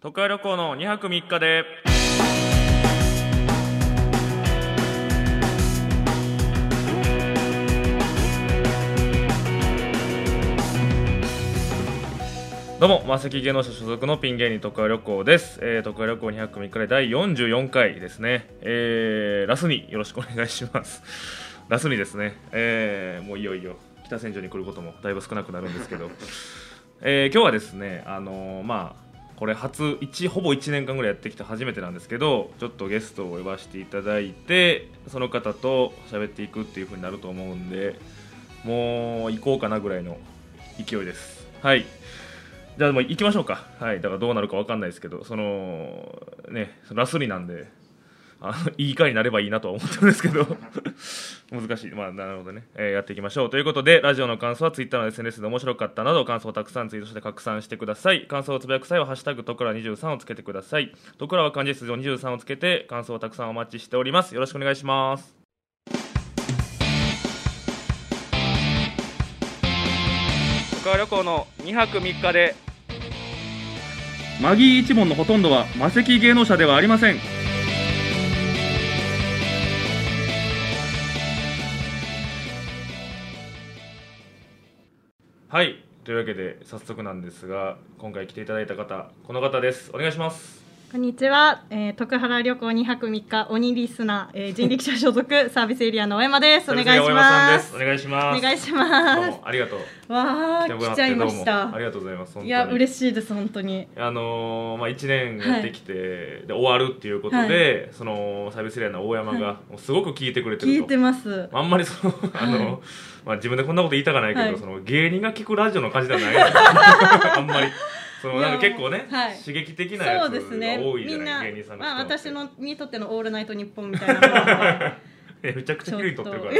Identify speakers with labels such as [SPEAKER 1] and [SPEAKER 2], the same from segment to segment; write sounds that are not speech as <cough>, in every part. [SPEAKER 1] 徳川旅行の2泊3日でどうもマセキ芸能社所属のピン芸人徳川旅行です、えー、徳川旅行2泊3日で第44回ですねえー、ラスによろしくお願いしますラスにですねえー、もういよいよ北千住に来ることもだいぶ少なくなるんですけどえー今日はですね、あのーまあ、これ初一ほぼ1年間ぐらいやってきて初めてなんですけどちょっとゲストを呼ばせていただいてその方と喋っていくっていう風になると思うんでもう行こうかなぐらいの勢いですはいじゃあもう行きましょうかはいだからどうなるか分かんないですけどそのねラスリなんであのいい回になればいいなとは思ってるんですけど難しいまあなるほどね、えーやっていきましょうということでラジオの感想はツイッターの SNS で面白かったなど感想をたくさんツイートして拡散してください感想をつぶやく際は「ハッシュタグとくら23」をつけてくださいとくらは漢字数字の23をつけて感想をたくさんお待ちしておりますよろしくお願いします徳川旅行の2泊3日でマギー一門のほとんどは魔石芸能者ではありませんはいというわけで早速なんですが今回来ていただいた方この方ですお願いします
[SPEAKER 2] こんにちは、えー、徳原旅行2泊3日鬼リスナー、えー、人力車所属 <laughs> サービスエリアの大山ですお願い
[SPEAKER 1] 大
[SPEAKER 2] し
[SPEAKER 1] 山さん
[SPEAKER 2] ま
[SPEAKER 1] ですすお願いします
[SPEAKER 2] お願いし
[SPEAKER 1] どう
[SPEAKER 2] ます
[SPEAKER 1] もありがとう
[SPEAKER 2] わ
[SPEAKER 1] も
[SPEAKER 2] あ
[SPEAKER 1] ら
[SPEAKER 2] 来
[SPEAKER 1] っ
[SPEAKER 2] ちゃ
[SPEAKER 1] て
[SPEAKER 2] い
[SPEAKER 1] どう
[SPEAKER 2] まし
[SPEAKER 1] もあ
[SPEAKER 2] た
[SPEAKER 1] りがとうございます
[SPEAKER 2] いや
[SPEAKER 1] しい
[SPEAKER 2] 嬉しいです本当に
[SPEAKER 1] あのーまあ、1年やってきて、で終わるっていうことで、そのサービスエリアの大山が、
[SPEAKER 2] は
[SPEAKER 1] もうすごく聞いてくれて
[SPEAKER 2] 聞
[SPEAKER 1] る
[SPEAKER 2] い
[SPEAKER 1] と
[SPEAKER 2] てます
[SPEAKER 1] あんまりその、あの、まあ、自分でこんなこと言いたかないけど、
[SPEAKER 2] はい
[SPEAKER 1] その芸人が聞くラジオの感じでは
[SPEAKER 2] <laughs>
[SPEAKER 1] ないあんまり。その
[SPEAKER 2] い
[SPEAKER 1] な
[SPEAKER 2] や
[SPEAKER 1] んか結構ね、
[SPEAKER 2] はい
[SPEAKER 1] 刺激的なや
[SPEAKER 2] そう
[SPEAKER 1] つ
[SPEAKER 2] です
[SPEAKER 1] が
[SPEAKER 2] ね
[SPEAKER 1] 多いじゃ
[SPEAKER 2] みん
[SPEAKER 1] な、
[SPEAKER 2] ない
[SPEAKER 1] 芸人さんが
[SPEAKER 2] ま
[SPEAKER 1] 聞く
[SPEAKER 2] あ
[SPEAKER 1] って
[SPEAKER 2] 私のにとっての「オールナイトニッポン」みたいなものが
[SPEAKER 1] えめちゃくちゃ綺麗に撮ってるから
[SPEAKER 2] ちょ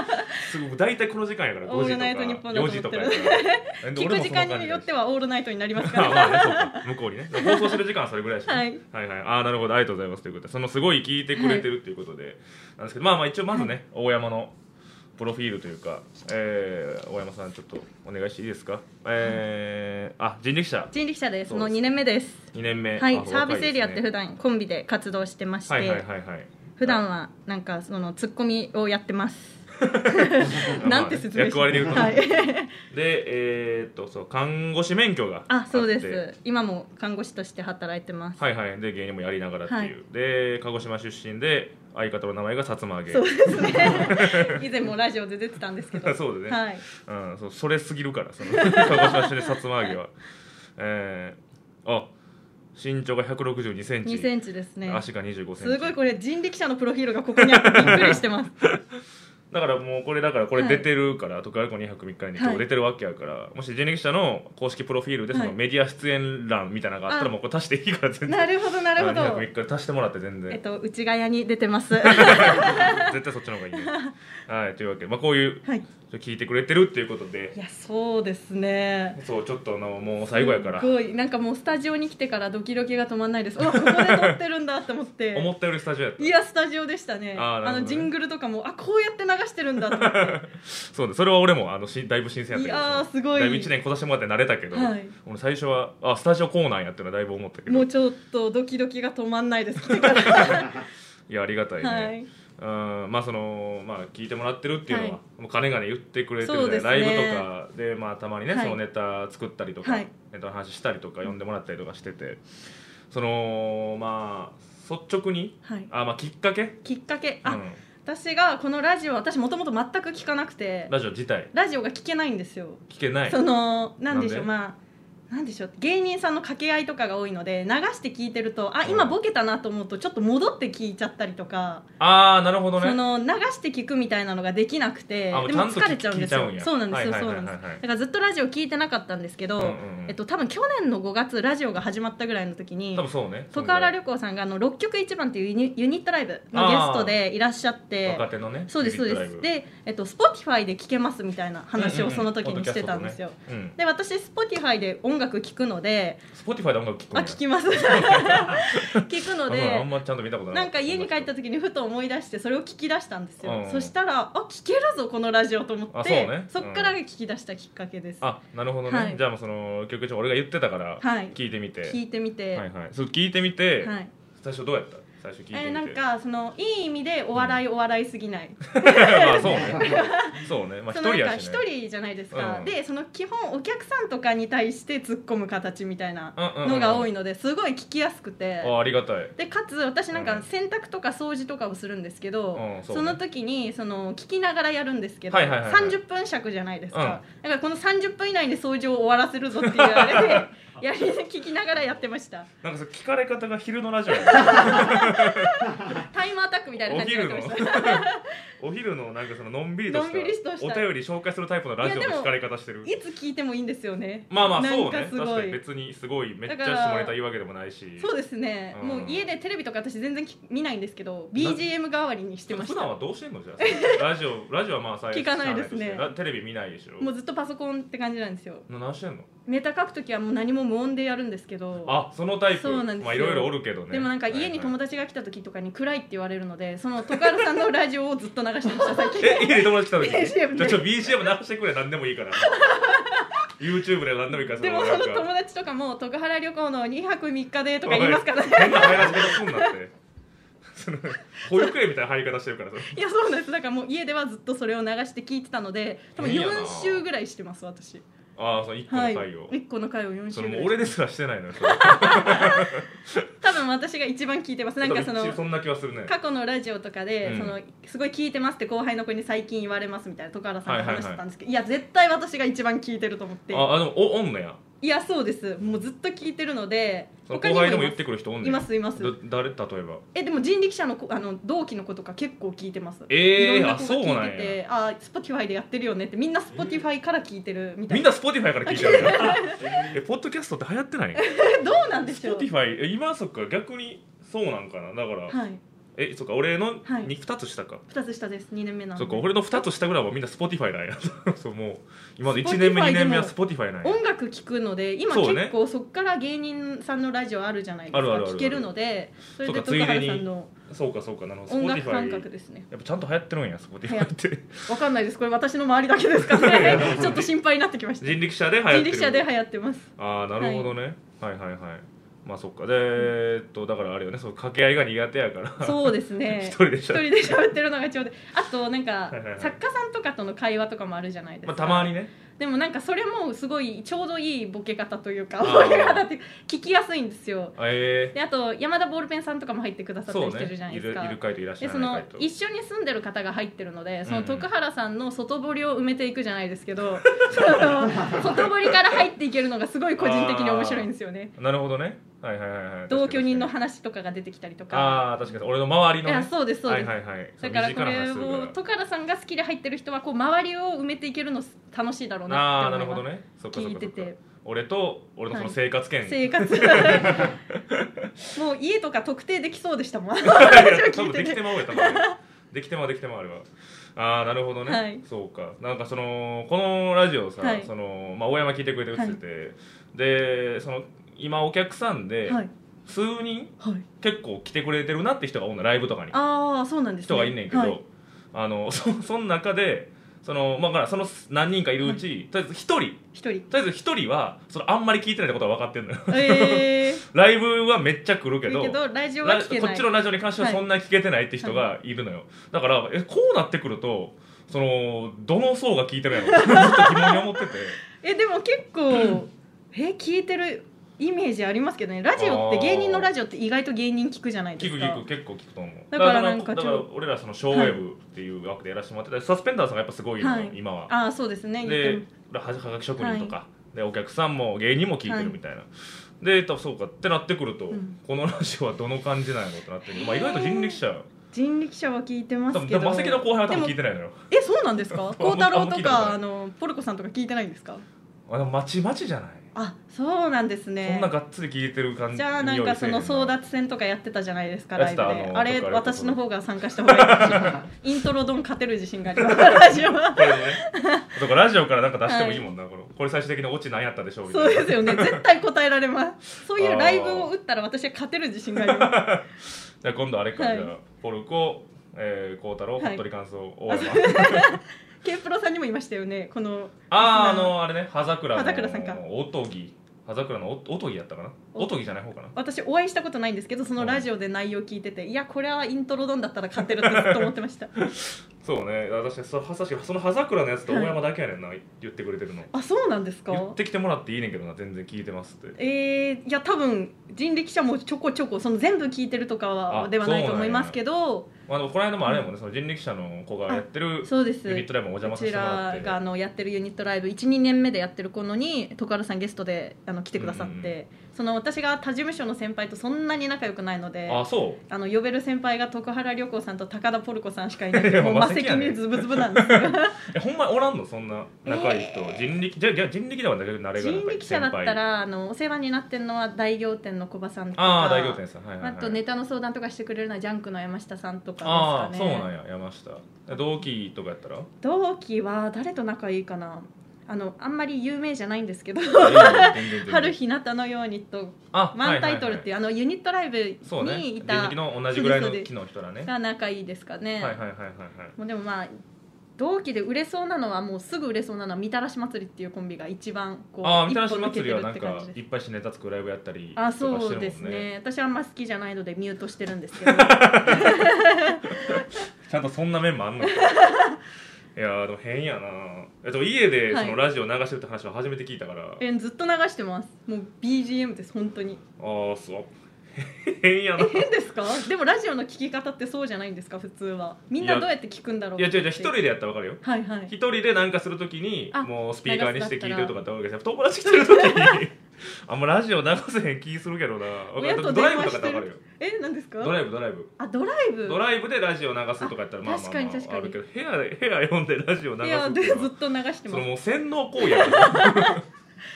[SPEAKER 1] <laughs> すごく大体この時間やから
[SPEAKER 2] オ
[SPEAKER 1] 5時
[SPEAKER 2] ール
[SPEAKER 1] と
[SPEAKER 2] ナイトニッ
[SPEAKER 1] か
[SPEAKER 2] ポンだと
[SPEAKER 1] 4
[SPEAKER 2] 思
[SPEAKER 1] 時
[SPEAKER 2] ってる
[SPEAKER 1] とかやから <laughs>
[SPEAKER 2] 聞く時間によって
[SPEAKER 1] は
[SPEAKER 2] は「オールナイト」になりますか
[SPEAKER 1] あ <laughs>
[SPEAKER 2] ら
[SPEAKER 1] まあねそうか向こうにね放送する時間はそれぐらいでし、ね
[SPEAKER 2] はい
[SPEAKER 1] はいはいああなるほどありがとうございますということでそのすごい聞いてくれてるっていうことで、なんですけどまあまあ一応まずね、大山のプロフィールというか、えー、大山さんちょっとお願いしていいですかえー、あ人力車
[SPEAKER 2] 人力車です
[SPEAKER 1] そうです
[SPEAKER 2] の2年目です
[SPEAKER 1] 2年目
[SPEAKER 2] はい
[SPEAKER 1] あ
[SPEAKER 2] サービスエリアって普
[SPEAKER 1] 若い
[SPEAKER 2] 段コンビで活動してま
[SPEAKER 1] で
[SPEAKER 2] し
[SPEAKER 1] すねはいはい
[SPEAKER 2] て
[SPEAKER 1] はいはい
[SPEAKER 2] 普段はなんかそのツッコミをやっ
[SPEAKER 1] <laughs>
[SPEAKER 2] てます
[SPEAKER 1] あ
[SPEAKER 2] なんて説明し
[SPEAKER 1] まあね役割で言うと、
[SPEAKER 2] はい、 <laughs>
[SPEAKER 1] でえー、っとそう看護師免許が
[SPEAKER 2] あそうで
[SPEAKER 1] って
[SPEAKER 2] す今も看護師として働いてます、
[SPEAKER 1] はいはいで芸人もやりながらっていう、で鹿児島出身で相方の名前が薩摩揚げ
[SPEAKER 2] そうですね以前もラジオで出てたんですけ
[SPEAKER 1] <laughs>
[SPEAKER 2] ど
[SPEAKER 1] そうだね
[SPEAKER 2] はい、
[SPEAKER 1] うん、そうそれすぎるからその鹿児島出身で薩摩揚げはえー、あ身長が1 6 2センチ
[SPEAKER 2] 2センチですね
[SPEAKER 1] 足が2 5センチ
[SPEAKER 2] すごいこれ人力車のプロフィールがここにあってびっくりして
[SPEAKER 1] <laughs>
[SPEAKER 2] ます
[SPEAKER 1] だからもうこれだからこれ
[SPEAKER 2] はい
[SPEAKER 1] 出てるから、徳川旅行2泊3日に今
[SPEAKER 2] は
[SPEAKER 1] 日
[SPEAKER 2] い
[SPEAKER 1] 出てるわけやから、もし人力車の公式プロフィールでその
[SPEAKER 2] はい
[SPEAKER 1] メディア出演欄みたいなのがあったら
[SPEAKER 2] あ
[SPEAKER 1] もうこれ足していいから全然
[SPEAKER 2] なるほどなるほ
[SPEAKER 1] 2泊
[SPEAKER 2] ど
[SPEAKER 1] 3日足してもらって全然、
[SPEAKER 2] えっと内ヶ谷に出てま
[SPEAKER 1] <laughs>
[SPEAKER 2] す
[SPEAKER 1] 絶対そっちの方がいいねはいというわけで、まあ、こういう
[SPEAKER 2] はいい
[SPEAKER 1] 聞いてくれてるっていうことで
[SPEAKER 2] やそうですね
[SPEAKER 1] そうちょっとあのもう最後やから
[SPEAKER 2] すごいなんかもうスタジオに来てからドキドキが止まんないですうわここで撮ってるんだって思って
[SPEAKER 1] <laughs> 思ったよりスタジオやった
[SPEAKER 2] いやスタジオでしたね
[SPEAKER 1] あ
[SPEAKER 2] あ
[SPEAKER 1] ーなるほどね
[SPEAKER 2] のジングルとかもあこうやって流してるんだと思って
[SPEAKER 1] <laughs> そうねそれは俺もあのしだいぶ新鮮やったけど
[SPEAKER 2] いやーすごい
[SPEAKER 1] だいぶ1年来させてもらって慣れたけど、
[SPEAKER 2] はい
[SPEAKER 1] 俺最初はあスタジオこうなんやってのはだいぶ思ったけど
[SPEAKER 2] もうちょっとドキドキが止まんな
[SPEAKER 1] <laughs>
[SPEAKER 2] いです。来てから
[SPEAKER 1] いやありがたいね、
[SPEAKER 2] はい。
[SPEAKER 1] うんまあそのまあ聞いてもらってるっていうのは、
[SPEAKER 2] は
[SPEAKER 1] もう金がね言ってくれてる
[SPEAKER 2] そ
[SPEAKER 1] ん
[SPEAKER 2] う
[SPEAKER 1] で
[SPEAKER 2] ですね
[SPEAKER 1] ライブとかでまあたまにね、
[SPEAKER 2] はい
[SPEAKER 1] そのネタ作ったりとか、
[SPEAKER 2] はい
[SPEAKER 1] ネタの話したりとか呼んでもらったりとかしててそのまあ率直に
[SPEAKER 2] はい。
[SPEAKER 1] あまあきっかけ、
[SPEAKER 2] きっかけ、
[SPEAKER 1] う
[SPEAKER 2] あ、
[SPEAKER 1] ん、
[SPEAKER 2] 私がこのラジオ、私もともと全く聞かなくて、
[SPEAKER 1] ラジオ自体
[SPEAKER 2] ラジオが聞けないんですよ。
[SPEAKER 1] 聞けない
[SPEAKER 2] その、なんでし
[SPEAKER 1] な
[SPEAKER 2] ょ
[SPEAKER 1] んで
[SPEAKER 2] う、まあ。なんでしょう芸人さんの掛け合いとかが多いので流して聞いてるとあ今
[SPEAKER 1] うん
[SPEAKER 2] ボケたなと思うとちょっと戻って聞いちゃったりとか、
[SPEAKER 1] ああなるほどね
[SPEAKER 2] その流して聞くみたいなのができなくてで
[SPEAKER 1] あもう
[SPEAKER 2] も
[SPEAKER 1] ちゃんと
[SPEAKER 2] 疲れちゃうんです
[SPEAKER 1] 聞いちゃう
[SPEAKER 2] よ
[SPEAKER 1] んや
[SPEAKER 2] そうなんですよ
[SPEAKER 1] はい
[SPEAKER 2] そ
[SPEAKER 1] は
[SPEAKER 2] う
[SPEAKER 1] い
[SPEAKER 2] な
[SPEAKER 1] はい
[SPEAKER 2] ん
[SPEAKER 1] はい
[SPEAKER 2] ですだからずっとラジオ聞いてなかったんですけど、
[SPEAKER 1] うんうんうん
[SPEAKER 2] えっと、多分去年の5月ラジオが始まったぐらいの時に
[SPEAKER 1] 多分そうね
[SPEAKER 2] 徳原旅行さんがあの6曲一番っていうユニユニットライブのゲストでいらっしゃって
[SPEAKER 1] 若手のね
[SPEAKER 2] そうですそう
[SPEAKER 1] ユニット
[SPEAKER 2] で
[SPEAKER 1] ライ
[SPEAKER 2] す
[SPEAKER 1] ブ
[SPEAKER 2] で、えっと、Spotify で聴けますみたいな話
[SPEAKER 1] うん
[SPEAKER 2] を
[SPEAKER 1] うん
[SPEAKER 2] その時にしてたんですよ、
[SPEAKER 1] うん
[SPEAKER 2] で私 Spotify で音楽聞くので、
[SPEAKER 1] Spotify で音楽聴く
[SPEAKER 2] あ
[SPEAKER 1] の
[SPEAKER 2] 聞きます
[SPEAKER 1] <laughs>
[SPEAKER 2] 聞くの
[SPEAKER 1] ああ
[SPEAKER 2] で
[SPEAKER 1] んまちゃんと見たことない
[SPEAKER 2] なんか家に帰った時にふと思い出してそれを聞き出したんですよ、
[SPEAKER 1] うん
[SPEAKER 2] そしたらあ聞けるぞこのラジオと思って
[SPEAKER 1] あそうね
[SPEAKER 2] そっからが聞き出したきっかけです、
[SPEAKER 1] あなるほどね、
[SPEAKER 2] はい
[SPEAKER 1] じゃあもうその曲調俺が言ってたから
[SPEAKER 2] はい
[SPEAKER 1] 聞いてみて、
[SPEAKER 2] 聞いてみて、
[SPEAKER 1] はいはいそう聞いてみて、
[SPEAKER 2] はい
[SPEAKER 1] 最初どうやった最初聞いてみて、
[SPEAKER 2] えーなんかそのいい意味でお笑いお笑いすぎない、
[SPEAKER 1] <laughs> まあそうね <laughs> そうねまあ一人
[SPEAKER 2] そのなんか
[SPEAKER 1] やし
[SPEAKER 2] 一
[SPEAKER 1] ね
[SPEAKER 2] 人じゃないですか、
[SPEAKER 1] うん
[SPEAKER 2] でその基本お客さんとかに対して突っ込む形みたいな
[SPEAKER 1] うんうんうん
[SPEAKER 2] のが多いのですごい聞きやすくて、
[SPEAKER 1] あありがたい
[SPEAKER 2] でかつ私なん
[SPEAKER 1] う
[SPEAKER 2] か
[SPEAKER 1] ん
[SPEAKER 2] 洗濯とか掃除とかをするんですけど、
[SPEAKER 1] うんそ
[SPEAKER 2] そう
[SPEAKER 1] ね
[SPEAKER 2] の時にその聞きながらやるんですけど、
[SPEAKER 1] はいはいはいはい
[SPEAKER 2] 30分尺じゃないですか、だからこの30分以内で掃除を終わらせるぞっていうあ
[SPEAKER 1] <laughs>
[SPEAKER 2] れでやり聞きながらやってました
[SPEAKER 1] なんかさ聞かれ方が昼のラジオやね
[SPEAKER 2] タイムアタック <laughs> みたいな
[SPEAKER 1] お
[SPEAKER 2] 感じにな
[SPEAKER 1] 昼
[SPEAKER 2] って
[SPEAKER 1] の <laughs>
[SPEAKER 2] ました。
[SPEAKER 1] お昼のなんかそののんびりとした
[SPEAKER 2] のんびりとした
[SPEAKER 1] お便り紹介するタイプのラジオ
[SPEAKER 2] いやで
[SPEAKER 1] の
[SPEAKER 2] も
[SPEAKER 1] 聞かれ方してる
[SPEAKER 2] いつ聞いてもいいんですよね
[SPEAKER 1] まあまあ
[SPEAKER 2] な
[SPEAKER 1] そ
[SPEAKER 2] ん
[SPEAKER 1] うね
[SPEAKER 2] かす
[SPEAKER 1] 確
[SPEAKER 2] ご
[SPEAKER 1] かに
[SPEAKER 2] い
[SPEAKER 1] 別にすごいめっちゃ
[SPEAKER 2] だ
[SPEAKER 1] 下
[SPEAKER 2] から
[SPEAKER 1] ネタ言うわけでもないし
[SPEAKER 2] そうですね、
[SPEAKER 1] うん
[SPEAKER 2] もう家でテレビとか私全然き見ないんですけど BGM 代わりにしてまし
[SPEAKER 1] 普段
[SPEAKER 2] た
[SPEAKER 1] はどうしてんのじゃあラジオラジオはまあ最
[SPEAKER 2] 聞かないですね
[SPEAKER 1] 知らなとしてラテレビ見ないでしょ
[SPEAKER 2] もうずっとパソコンって感じなんですよ
[SPEAKER 1] な何してんの
[SPEAKER 2] ネタ書くときはもう何も無音でやるんですけど
[SPEAKER 1] あそのタイプ
[SPEAKER 2] そうなんですよ
[SPEAKER 1] まあいろいろおるけどね
[SPEAKER 2] でもなんか家に友
[SPEAKER 1] 達
[SPEAKER 2] 達が来た時とかに暗いって言われるのでその徳原さんのラジオをずっと流してました最近
[SPEAKER 1] え家に友達来た時
[SPEAKER 2] BGM ね
[SPEAKER 1] ちょちょ BGM 流してくれ何でもいいから YouTube で何 <laughs> でもいいから
[SPEAKER 2] でもそ
[SPEAKER 1] なん
[SPEAKER 2] の
[SPEAKER 1] か
[SPEAKER 2] 友達とかも「徳原旅行の2泊3日で」とか言いますからね
[SPEAKER 1] 変な入らせ方すんなってその保育園みたいな入り方してるからそれ
[SPEAKER 2] <laughs> いやそうなんですだからもう家ではずっとそれを流して聞いてたので多分
[SPEAKER 1] いいやな
[SPEAKER 2] 4週ぐらいしてます私
[SPEAKER 1] ああその1個の
[SPEAKER 2] はい
[SPEAKER 1] 回を、
[SPEAKER 2] 1個の回を4週
[SPEAKER 1] そ
[SPEAKER 2] ぐ
[SPEAKER 1] れ
[SPEAKER 2] ら
[SPEAKER 1] も
[SPEAKER 2] いう
[SPEAKER 1] 俺ですらしてないのよそれ
[SPEAKER 2] 多分私が一番聞いてますなんかその
[SPEAKER 1] 多分そんな気はするね
[SPEAKER 2] 過去のラジオとかで、
[SPEAKER 1] うん
[SPEAKER 2] そのすごい聞いてますって後輩の子に最近言われますみたいな徳原さんが
[SPEAKER 1] はいはいは
[SPEAKER 2] 話
[SPEAKER 1] い
[SPEAKER 2] してたんですけど、いや絶対私が一番聞いてると思って
[SPEAKER 1] ああでもおおんのや
[SPEAKER 2] いやそうですもうずっと聞いてるので
[SPEAKER 1] その後輩で
[SPEAKER 2] い
[SPEAKER 1] も
[SPEAKER 2] ま
[SPEAKER 1] 言っ
[SPEAKER 2] す
[SPEAKER 1] てくる人おんね
[SPEAKER 2] い
[SPEAKER 1] ん
[SPEAKER 2] ますいます
[SPEAKER 1] だ誰例えば
[SPEAKER 2] えでも人力車の子あの同期の子とか結構聞いてます
[SPEAKER 1] えー
[SPEAKER 2] いろんな子が
[SPEAKER 1] あそうなん
[SPEAKER 2] 聞いててあ Spotify でやってるよねってみんな Spotify から聞いてるみた
[SPEAKER 1] み
[SPEAKER 2] い
[SPEAKER 1] んな
[SPEAKER 2] な、
[SPEAKER 1] Spotify から聞いてるんだ
[SPEAKER 2] <laughs>
[SPEAKER 1] えポッドキャストって流行ってない
[SPEAKER 2] どうなんでしょう
[SPEAKER 1] Spotify え今そっか逆にそうなんかなだから、
[SPEAKER 2] はい
[SPEAKER 1] えそっか俺のに
[SPEAKER 2] はい
[SPEAKER 1] 2つ下か、
[SPEAKER 2] 2つ下です2年目なんで
[SPEAKER 1] そっか俺の2つ下ぐらいはみんな Spotify なんや <laughs> そうもう今の1年目2年目は Spotify なんや
[SPEAKER 2] 音楽聴くので今
[SPEAKER 1] そうね
[SPEAKER 2] 結構そっから芸人さんのラジオあるじゃないですか
[SPEAKER 1] あるあるあるある
[SPEAKER 2] 聞けるのでそれ
[SPEAKER 1] そ
[SPEAKER 2] で
[SPEAKER 1] うかつ
[SPEAKER 2] 徳
[SPEAKER 1] いで
[SPEAKER 2] 原
[SPEAKER 1] に
[SPEAKER 2] さんの
[SPEAKER 1] そうかそうかなるほど
[SPEAKER 2] 音楽感
[SPEAKER 1] Spotify
[SPEAKER 2] 覚ですね
[SPEAKER 1] やっぱちゃんと流行ってるんや Spotify って
[SPEAKER 2] わかんないですこれ私の周りだけですかねちょっと心配になってきました
[SPEAKER 1] <laughs> 人力車で流行って
[SPEAKER 2] 人
[SPEAKER 1] る
[SPEAKER 2] 力車で流行ってます
[SPEAKER 1] ああなるほどね、はい、はいはいまあそっかで、えーっとだからあれよねその掛け合いが苦手やから
[SPEAKER 2] そうで
[SPEAKER 1] <laughs>
[SPEAKER 2] す
[SPEAKER 1] 一
[SPEAKER 2] ね
[SPEAKER 1] 人で
[SPEAKER 2] 一
[SPEAKER 1] しょ
[SPEAKER 2] 人、で喋ってるのがちょうどあとなんか
[SPEAKER 1] はいはいはい
[SPEAKER 2] 作家さんとかとの会話とかもあるじゃないです
[SPEAKER 1] ま
[SPEAKER 2] か、
[SPEAKER 1] あ、たまにね
[SPEAKER 2] でもなんかそれもすごいちょうどいいボケ方というか
[SPEAKER 1] あー
[SPEAKER 2] <laughs> ボケ方っていうか聞きやすいんですよ
[SPEAKER 1] あえ
[SPEAKER 2] であと山田ボールペンさんとかも入ってくだ
[SPEAKER 1] ー、
[SPEAKER 2] さったり
[SPEAKER 1] そう
[SPEAKER 2] して
[SPEAKER 1] ね
[SPEAKER 2] るじゃない
[SPEAKER 1] い
[SPEAKER 2] です
[SPEAKER 1] る
[SPEAKER 2] か
[SPEAKER 1] いる回といらっし
[SPEAKER 2] で
[SPEAKER 1] ゃ
[SPEAKER 2] そ
[SPEAKER 1] らな
[SPEAKER 2] の
[SPEAKER 1] い回と
[SPEAKER 2] 一緒に住んでる方が入ってるのでそ
[SPEAKER 1] うん
[SPEAKER 2] の
[SPEAKER 1] うん
[SPEAKER 2] 徳原さんの外堀を埋めていくじゃないですけど <laughs> その外堀から入っていけるのがすごい個人的に面白いんですよね
[SPEAKER 1] なるほどねはいはいはいはい
[SPEAKER 2] 同居人の
[SPEAKER 1] 確か
[SPEAKER 2] 話とかが出てきたりと
[SPEAKER 1] にあ
[SPEAKER 2] か
[SPEAKER 1] あ確かに俺の周り
[SPEAKER 2] い
[SPEAKER 1] のね
[SPEAKER 2] やそうですそう
[SPEAKER 1] は
[SPEAKER 2] で
[SPEAKER 1] い
[SPEAKER 2] す
[SPEAKER 1] はい <laughs> はい
[SPEAKER 2] だからこれ
[SPEAKER 1] そう身近な話す
[SPEAKER 2] を
[SPEAKER 1] るか
[SPEAKER 2] トカラさんが好きで入ってる人はこう周りを埋めていけるの楽しいだろう
[SPEAKER 1] らああ
[SPEAKER 2] な
[SPEAKER 1] な
[SPEAKER 2] って
[SPEAKER 1] るほ
[SPEAKER 2] 思
[SPEAKER 1] ど
[SPEAKER 2] いま
[SPEAKER 1] ね
[SPEAKER 2] す
[SPEAKER 1] そっかそっ
[SPEAKER 2] 聞い
[SPEAKER 1] かそ
[SPEAKER 2] て
[SPEAKER 1] っか
[SPEAKER 2] て
[SPEAKER 1] 俺と俺のその
[SPEAKER 2] はい
[SPEAKER 1] 生活圏、
[SPEAKER 2] 生活もう家とか特定できそうでしたもん
[SPEAKER 1] いや多
[SPEAKER 2] 聞
[SPEAKER 1] 分
[SPEAKER 2] いて
[SPEAKER 1] で
[SPEAKER 2] て
[SPEAKER 1] きてまうや多分あれできてまうできてまうあれはああなるほどね、
[SPEAKER 2] はい
[SPEAKER 1] そうかなんかそのこのラジオさ、
[SPEAKER 2] はい
[SPEAKER 1] そのまあ大山聞いてくれて映ってて、でその今お客さんで
[SPEAKER 2] はい
[SPEAKER 1] 数人
[SPEAKER 2] はい
[SPEAKER 1] 結構来てくれてるなって人がおんのライブとかに
[SPEAKER 2] ああそうなんですね
[SPEAKER 1] 人がいんねんけど、
[SPEAKER 2] はい
[SPEAKER 1] あの <laughs> そその中でそのまあだからその何人かいるうち、とりあえず一人
[SPEAKER 2] 一
[SPEAKER 1] <laughs>
[SPEAKER 2] 人
[SPEAKER 1] とりあえず一人はそのあんまり聞いてないってことは分かってんのよ
[SPEAKER 2] ええ
[SPEAKER 1] ライブはめっちゃ来るけど
[SPEAKER 2] けどラジオは
[SPEAKER 1] ラ
[SPEAKER 2] 聞け
[SPEAKER 1] こ
[SPEAKER 2] ない
[SPEAKER 1] っちのラジオに関しては
[SPEAKER 2] はい
[SPEAKER 1] そんなに聞けてないって人がいるのよ、だからえこうなってくるとそのどの層が聞いてる <laughs> んやろってずっと疑問に思ってて
[SPEAKER 2] えでも結構え聞いてるイメージありますけどねラジオって
[SPEAKER 1] あー
[SPEAKER 2] 芸人のラジオって意外と芸人聞くじゃないで
[SPEAKER 1] 聞
[SPEAKER 2] す
[SPEAKER 1] く
[SPEAKER 2] か
[SPEAKER 1] 聞く結構聞くと思う
[SPEAKER 2] だからなんか
[SPEAKER 1] だ
[SPEAKER 2] ち
[SPEAKER 1] か
[SPEAKER 2] ょ
[SPEAKER 1] ら俺らそのショーウェーブっていう枠でやらせてもらってたサスペンダーさんがやっぱすごいのよ、
[SPEAKER 2] はい
[SPEAKER 1] 今は
[SPEAKER 2] ああそうですね言っ
[SPEAKER 1] で
[SPEAKER 2] て
[SPEAKER 1] ははがき職人とか、でお客さんも芸人も聞いてるみたいな、でえっとそうかってなってくると、
[SPEAKER 2] うん
[SPEAKER 1] このラジオはどの感じなんやろうってなってくる、まあ、
[SPEAKER 2] へ
[SPEAKER 1] 意
[SPEAKER 2] ー
[SPEAKER 1] 外と人力車
[SPEAKER 2] 人力車は聞いてま
[SPEAKER 1] 多
[SPEAKER 2] す
[SPEAKER 1] 分
[SPEAKER 2] けど
[SPEAKER 1] マセキの後輩は多分
[SPEAKER 2] でも
[SPEAKER 1] 聞いてないのよ
[SPEAKER 2] えそうなんですか
[SPEAKER 1] <laughs> 僕
[SPEAKER 2] 孝太郎
[SPEAKER 1] あんま聞
[SPEAKER 2] と
[SPEAKER 1] いたことない
[SPEAKER 2] かあのポルコさんとか聞いてないんですか
[SPEAKER 1] あでもまちまちじゃない
[SPEAKER 2] あそうなんですね
[SPEAKER 1] そんながっつり聞いてる感じ
[SPEAKER 2] じゃあなんかその争奪戦とかやってたじゃないですか
[SPEAKER 1] やっ
[SPEAKER 2] ライ
[SPEAKER 1] て
[SPEAKER 2] ブで
[SPEAKER 1] たあの
[SPEAKER 2] あれ
[SPEAKER 1] とかあれ
[SPEAKER 2] 私の方が参加した方がいいイントロドン勝てる自信があ
[SPEAKER 1] <laughs>
[SPEAKER 2] りますラジオは
[SPEAKER 1] これねだからラジオからなんか出してもいいもんな、これこれ最終的にオチ何やったでしょうみたい
[SPEAKER 2] そ
[SPEAKER 1] な
[SPEAKER 2] うですよね絶対答えら
[SPEAKER 1] <laughs>
[SPEAKER 2] れますそういうライブを打ったら私は勝てる自信がありま
[SPEAKER 1] じゃあ今度あれか、
[SPEAKER 2] はい
[SPEAKER 1] じゃあポルコえー、孝太郎、
[SPEAKER 2] はい
[SPEAKER 1] 服部感想、大山。
[SPEAKER 2] す K プロさんにもいましたよねこの
[SPEAKER 1] ああ、あの、あれね、葉桜の。
[SPEAKER 2] 葉桜さんか
[SPEAKER 1] おとぎ。葉桜のおおとぎやったかな。
[SPEAKER 2] お
[SPEAKER 1] おとぎじゃない方かな。
[SPEAKER 2] 私お会いしたことないんですけどそのラジオで内容聞いてていやこれはイントロドンだったら勝てるってずっと思ってました
[SPEAKER 1] そうね、私、そ、はさし、その葉桜のやつと大山だけやねんな、言ってくれてるの。
[SPEAKER 2] あそうなんですか
[SPEAKER 1] 言ってきてもらっていいねんけどな、全然聞いてますって。
[SPEAKER 2] えー、いや多分人力車もちょこちょこその全部聞いてるとかは
[SPEAKER 1] あ
[SPEAKER 2] ではないと
[SPEAKER 1] そうなんや
[SPEAKER 2] 思いますけど
[SPEAKER 1] まあ、でも、この間もあれやもんね、その人力車の子がやってる。
[SPEAKER 2] そうです
[SPEAKER 1] ユニットライブもお邪
[SPEAKER 2] こ
[SPEAKER 1] 魔さ
[SPEAKER 2] ち
[SPEAKER 1] せてもらっ
[SPEAKER 2] ら
[SPEAKER 1] て。
[SPEAKER 2] があのやってるユニットライブ12年目でやってる頃に徳原さんゲストであの来てくださって、
[SPEAKER 1] うんうんう
[SPEAKER 2] その私が他事務所の先輩とそんなに仲良くないので
[SPEAKER 1] あ、そう。
[SPEAKER 2] あの呼べる先輩が徳原旅行さんと高田ポルコさんしかいない
[SPEAKER 1] いや
[SPEAKER 2] もう
[SPEAKER 1] <laughs> もう
[SPEAKER 2] 魔
[SPEAKER 1] 魔石
[SPEAKER 2] 石
[SPEAKER 1] やね
[SPEAKER 2] にズブズブな
[SPEAKER 1] <laughs>
[SPEAKER 2] んですよ
[SPEAKER 1] えほんまおらんのそんな仲いい人、人力じゃあじゃあ人力ではなれなれが
[SPEAKER 2] 人力車だった
[SPEAKER 1] 先輩
[SPEAKER 2] らあのお世話になってるのは大行店の小場さんとか
[SPEAKER 1] ああ大行店さんはいはい、は
[SPEAKER 2] あ
[SPEAKER 1] い、
[SPEAKER 2] とネタの相談とかしてくれるのはジャンクの山下さんとか
[SPEAKER 1] ああ
[SPEAKER 2] です
[SPEAKER 1] そ
[SPEAKER 2] か
[SPEAKER 1] う
[SPEAKER 2] ね
[SPEAKER 1] なんや山下同期とかや
[SPEAKER 2] <laughs>
[SPEAKER 1] ったら
[SPEAKER 2] 同期は誰と仲いいかなあのあんまり有名じゃないんですけ
[SPEAKER 1] <laughs>
[SPEAKER 2] ど
[SPEAKER 1] いやいや全然全
[SPEAKER 2] 「
[SPEAKER 1] 然
[SPEAKER 2] 春日向のように」と
[SPEAKER 1] あ
[SPEAKER 2] 「マンタイトル」ってい
[SPEAKER 1] や
[SPEAKER 2] うあのユニットライブ
[SPEAKER 1] そうね
[SPEAKER 2] にい
[SPEAKER 1] 人
[SPEAKER 2] た
[SPEAKER 1] 力の同じぐらいの機の人らねは
[SPEAKER 2] が仲いいですか
[SPEAKER 1] い
[SPEAKER 2] ね、
[SPEAKER 1] はいはいはいはい
[SPEAKER 2] もうでもまあ同期で売れそうなのはもうすぐ売れそうなのはみたらし祭りっていうコンビが一番こう
[SPEAKER 1] ああみたら
[SPEAKER 2] 一
[SPEAKER 1] し
[SPEAKER 2] 歩抜け
[SPEAKER 1] 祭
[SPEAKER 2] て
[SPEAKER 1] りは
[SPEAKER 2] る
[SPEAKER 1] な
[SPEAKER 2] っ
[SPEAKER 1] ん
[SPEAKER 2] て感
[SPEAKER 1] か
[SPEAKER 2] じです
[SPEAKER 1] いっぱいしネタ作るライブやったりとか
[SPEAKER 2] あ
[SPEAKER 1] してるもんね
[SPEAKER 2] そうですね私はあんま好きじゃないのでミュートしてるんで
[SPEAKER 1] <laughs>
[SPEAKER 2] すけど
[SPEAKER 1] ちゃんとそんな面もあん
[SPEAKER 2] <laughs>
[SPEAKER 1] のかいやーでも変やなえっと家でそのラジオ流してるって話を初めて聞いたから、
[SPEAKER 2] えずっと流してますもう BGM です本当に
[SPEAKER 1] ああそう変やな
[SPEAKER 2] 変ですかでもラジオの聞き方ってそうじゃないんですか普通はみん
[SPEAKER 1] い
[SPEAKER 2] な
[SPEAKER 1] や
[SPEAKER 2] どうやって聞くんだろう
[SPEAKER 1] い
[SPEAKER 2] い
[SPEAKER 1] や違う違う一人でやったらわかるよ
[SPEAKER 2] はいはい
[SPEAKER 1] 一人でなんかするときに
[SPEAKER 2] あ
[SPEAKER 1] もうスピーカーにして聞いてるとかってわけじゃなくて友達来てるとき
[SPEAKER 2] <laughs>
[SPEAKER 1] にあんまラジオ流せへん気するけどな
[SPEAKER 2] 親と
[SPEAKER 1] ドライブ
[SPEAKER 2] 電
[SPEAKER 1] と
[SPEAKER 2] 話
[SPEAKER 1] かっ
[SPEAKER 2] し
[SPEAKER 1] て
[SPEAKER 2] て
[SPEAKER 1] わかるよ
[SPEAKER 2] るえ何ですか
[SPEAKER 1] ドライブドライブ
[SPEAKER 2] あドライブ
[SPEAKER 1] ドライブでラジオ流すとかやったらまあまあまあ
[SPEAKER 2] 確かに確かに
[SPEAKER 1] あるけど部屋で部屋読んでラジオ流
[SPEAKER 2] い
[SPEAKER 1] す
[SPEAKER 2] や
[SPEAKER 1] って
[SPEAKER 2] で
[SPEAKER 1] いうの
[SPEAKER 2] ずっ
[SPEAKER 1] は
[SPEAKER 2] と流して
[SPEAKER 1] その
[SPEAKER 2] ます
[SPEAKER 1] もう洗脳行為やから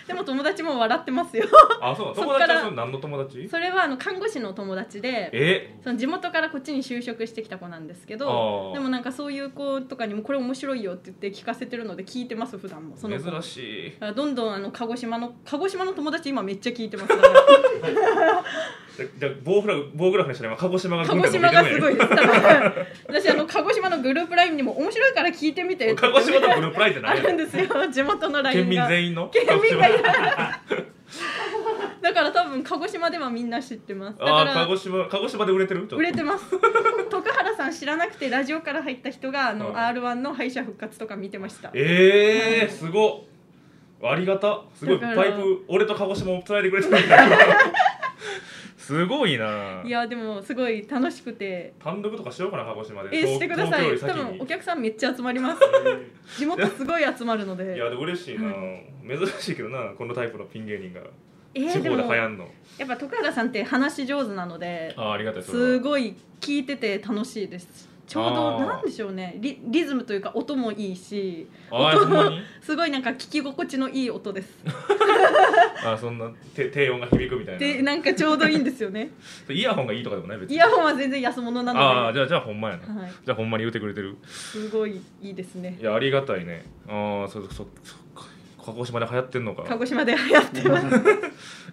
[SPEAKER 2] でも友達も笑ってますよ
[SPEAKER 1] あそう
[SPEAKER 2] そっ
[SPEAKER 1] 友
[SPEAKER 2] から
[SPEAKER 1] 達はその何の友達
[SPEAKER 2] それはあの看護師の友達で
[SPEAKER 1] え
[SPEAKER 2] その地元からこっちに就職してきた子なんですけ
[SPEAKER 1] あ
[SPEAKER 2] どでもなんかそういう子とかにもこれ面白いよって言って聞かせてるので聞いてます普段もその子
[SPEAKER 1] あ珍しい
[SPEAKER 2] あどんどんあの鹿児島の鹿児島の友達今めっちゃ聞いてますだから
[SPEAKER 1] じゃじゃあ棒グラフ棒グラフにしたら今鹿児島が
[SPEAKER 2] 鹿
[SPEAKER 1] 軍
[SPEAKER 2] 児
[SPEAKER 1] 隊
[SPEAKER 2] 島が
[SPEAKER 1] 伸び
[SPEAKER 2] す
[SPEAKER 1] て
[SPEAKER 2] ご
[SPEAKER 1] る
[SPEAKER 2] いです多分
[SPEAKER 1] <laughs>
[SPEAKER 2] 私あの鹿児島のグループラインにも面白いから聞いてみて
[SPEAKER 1] やん鹿児島のグループラインって
[SPEAKER 2] あ
[SPEAKER 1] 何や
[SPEAKER 2] るん
[SPEAKER 1] ねん
[SPEAKER 2] ですよ地元のライ
[SPEAKER 1] 県
[SPEAKER 2] ン
[SPEAKER 1] 民
[SPEAKER 2] が
[SPEAKER 1] 全員の
[SPEAKER 2] 県民がい
[SPEAKER 1] 鹿児
[SPEAKER 2] る
[SPEAKER 1] 島
[SPEAKER 2] だから多分鹿児島ではみんな知ってますだか
[SPEAKER 1] あー鹿
[SPEAKER 2] ら
[SPEAKER 1] 児島鹿児島で売れてるちょっと
[SPEAKER 2] 売れてます <laughs> 徳原さん知らなくてラジオから入った人があの、
[SPEAKER 1] うん
[SPEAKER 2] r 1の敗者復活とか見てました
[SPEAKER 1] ええー、すごっありがたすごい
[SPEAKER 2] だか
[SPEAKER 1] パ
[SPEAKER 2] ら
[SPEAKER 1] イプ俺と鹿児島をつないでくれてたん
[SPEAKER 2] <laughs>
[SPEAKER 1] だすごいない
[SPEAKER 2] やでもすごい楽しくて
[SPEAKER 1] 単独とかしようかな鹿児島で
[SPEAKER 2] え
[SPEAKER 1] 東
[SPEAKER 2] してください多
[SPEAKER 1] 東京よ
[SPEAKER 2] 分
[SPEAKER 1] り
[SPEAKER 2] お
[SPEAKER 1] 先
[SPEAKER 2] 客さんめっちゃ集まります地元すごい集まるの
[SPEAKER 1] にい
[SPEAKER 2] で
[SPEAKER 1] やでも嬉しいな、珍しいけどなこのタイプのピン芸人が
[SPEAKER 2] えー
[SPEAKER 1] 地
[SPEAKER 2] で
[SPEAKER 1] 方で
[SPEAKER 2] も
[SPEAKER 1] 流行んの
[SPEAKER 2] やっぱ徳原さんって話し上手なので
[SPEAKER 1] あーありがたいそれ
[SPEAKER 2] す
[SPEAKER 1] は
[SPEAKER 2] ごい聞いてて楽しいですちょうど
[SPEAKER 1] あー
[SPEAKER 2] なんでしょうねリリズムというか音もいいし
[SPEAKER 1] あーほんまに
[SPEAKER 2] すごいなんか聞き心地のいい音です
[SPEAKER 1] あーそんなて低音が響くみた
[SPEAKER 2] で
[SPEAKER 1] いな
[SPEAKER 2] なんかちょうどいいんです
[SPEAKER 1] <laughs>
[SPEAKER 2] よね
[SPEAKER 1] イヤホンがいいとかでもない別
[SPEAKER 2] イ
[SPEAKER 1] に
[SPEAKER 2] ヤホンは全然安物なので
[SPEAKER 1] ああじゃあじゃあほんまやな、
[SPEAKER 2] はい、
[SPEAKER 1] じゃあほんまに言うてくれてる
[SPEAKER 2] すごいいいですね
[SPEAKER 1] いやありがたいねああそそそっか鹿児島で流行ってんのか
[SPEAKER 2] 鹿児島で流行ってます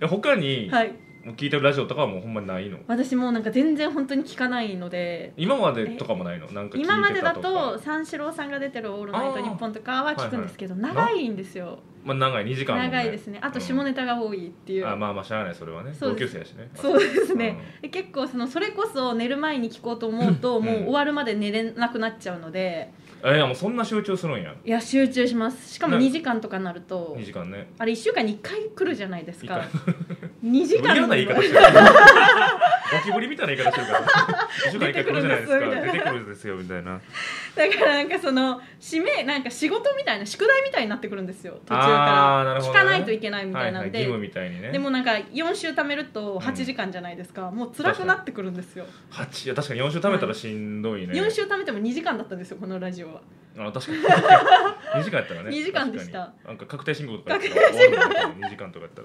[SPEAKER 1] え他に、
[SPEAKER 2] はい
[SPEAKER 1] もう聞いてるラジオとかはもうほんまにないの
[SPEAKER 2] 私もうなんか全然本当に聞かないので
[SPEAKER 1] 今までとかもないのなんか聞いてた
[SPEAKER 2] 今
[SPEAKER 1] とか
[SPEAKER 2] までだと三四郎さんが出てる「オールナイトニッポン」とかは聞くんですけど、
[SPEAKER 1] いはい
[SPEAKER 2] 長いんですよ
[SPEAKER 1] まあ、長い2時間も、
[SPEAKER 2] 長いですねあと下ネタが多いっていう、
[SPEAKER 1] あまあまあしゃあないそれはね
[SPEAKER 2] そう
[SPEAKER 1] 同
[SPEAKER 2] で
[SPEAKER 1] 級
[SPEAKER 2] す
[SPEAKER 1] 生やしね
[SPEAKER 2] そうですね、で結構そのそれこそ寝る前に聞こうと思うと、
[SPEAKER 1] うん
[SPEAKER 2] もう終わるまで寝れなくなっちゃうので
[SPEAKER 1] あいやもうそんな集中するんや
[SPEAKER 2] いや集中しますしかも
[SPEAKER 1] ね
[SPEAKER 2] 2時間とかになると
[SPEAKER 1] 2時間ね
[SPEAKER 2] あれ1週間に1回来るじゃないですか
[SPEAKER 1] 一
[SPEAKER 2] 2時
[SPEAKER 1] 無理
[SPEAKER 2] 間
[SPEAKER 1] やな言い方してるゴキブリみたいな言い方してるから1週間1回来るじゃないですか出てくるんですよみたいな
[SPEAKER 2] だからなんかその締めなんか仕事みたいな宿題みたいになってくるんですよ途中
[SPEAKER 1] あー
[SPEAKER 2] か
[SPEAKER 1] な
[SPEAKER 2] ら
[SPEAKER 1] るほど
[SPEAKER 2] 聞
[SPEAKER 1] ね
[SPEAKER 2] かないといけないみたいな
[SPEAKER 1] は
[SPEAKER 2] ん
[SPEAKER 1] い
[SPEAKER 2] で、
[SPEAKER 1] はい、義務みたいにね
[SPEAKER 2] でもなんか4週貯めると
[SPEAKER 1] ん
[SPEAKER 2] 8時間じゃないですか、もう辛くなってくるんですよ、
[SPEAKER 1] 八いや確かに4週食べたらしんどいね
[SPEAKER 2] 4週貯めても2時間だったんですよこのラジオは
[SPEAKER 1] あ確かに <laughs> 2時間やったらね
[SPEAKER 2] 二時間でした
[SPEAKER 1] 確かになんか確定申告とか
[SPEAKER 2] 確定
[SPEAKER 1] 2時間とかやった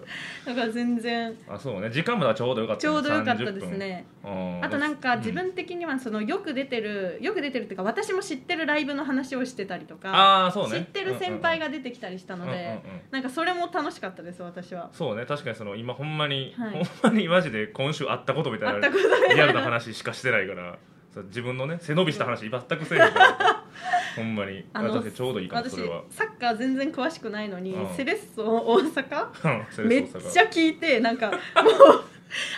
[SPEAKER 2] だから全然
[SPEAKER 1] らあそうね時間もちょうどよかった
[SPEAKER 2] ち
[SPEAKER 1] ね
[SPEAKER 2] ょうどよかったです
[SPEAKER 1] 30分
[SPEAKER 2] ね
[SPEAKER 1] うん
[SPEAKER 2] あとなんか
[SPEAKER 1] うん
[SPEAKER 2] 自分的にはそのよく出てるよく出てるっていうか私も知ってるライブの話をしてたりとか、
[SPEAKER 1] ああそう
[SPEAKER 2] 知
[SPEAKER 1] ね
[SPEAKER 2] ってる先輩
[SPEAKER 1] が
[SPEAKER 2] が出てきたりしたので、
[SPEAKER 1] うんうんうん
[SPEAKER 2] なんかそれも楽しかったです私は。
[SPEAKER 1] そうね確かにその今ほんまに、
[SPEAKER 2] はい
[SPEAKER 1] ほんまにマジで今週会ったことみた
[SPEAKER 2] あ
[SPEAKER 1] い
[SPEAKER 2] っ
[SPEAKER 1] な
[SPEAKER 2] たことない
[SPEAKER 1] リアルな話しかしてないからそう自分のね背伸びした話全くせえへんから
[SPEAKER 2] <laughs>
[SPEAKER 1] ほんまに
[SPEAKER 2] あの
[SPEAKER 1] あ確かにちょうどいいかも
[SPEAKER 2] 私
[SPEAKER 1] それは
[SPEAKER 2] サッカー全然詳しくないのに、
[SPEAKER 1] うん
[SPEAKER 2] セレッソ大阪
[SPEAKER 1] うん <laughs> それ
[SPEAKER 2] めっ
[SPEAKER 1] そう
[SPEAKER 2] ちゃ聞いてなんかもう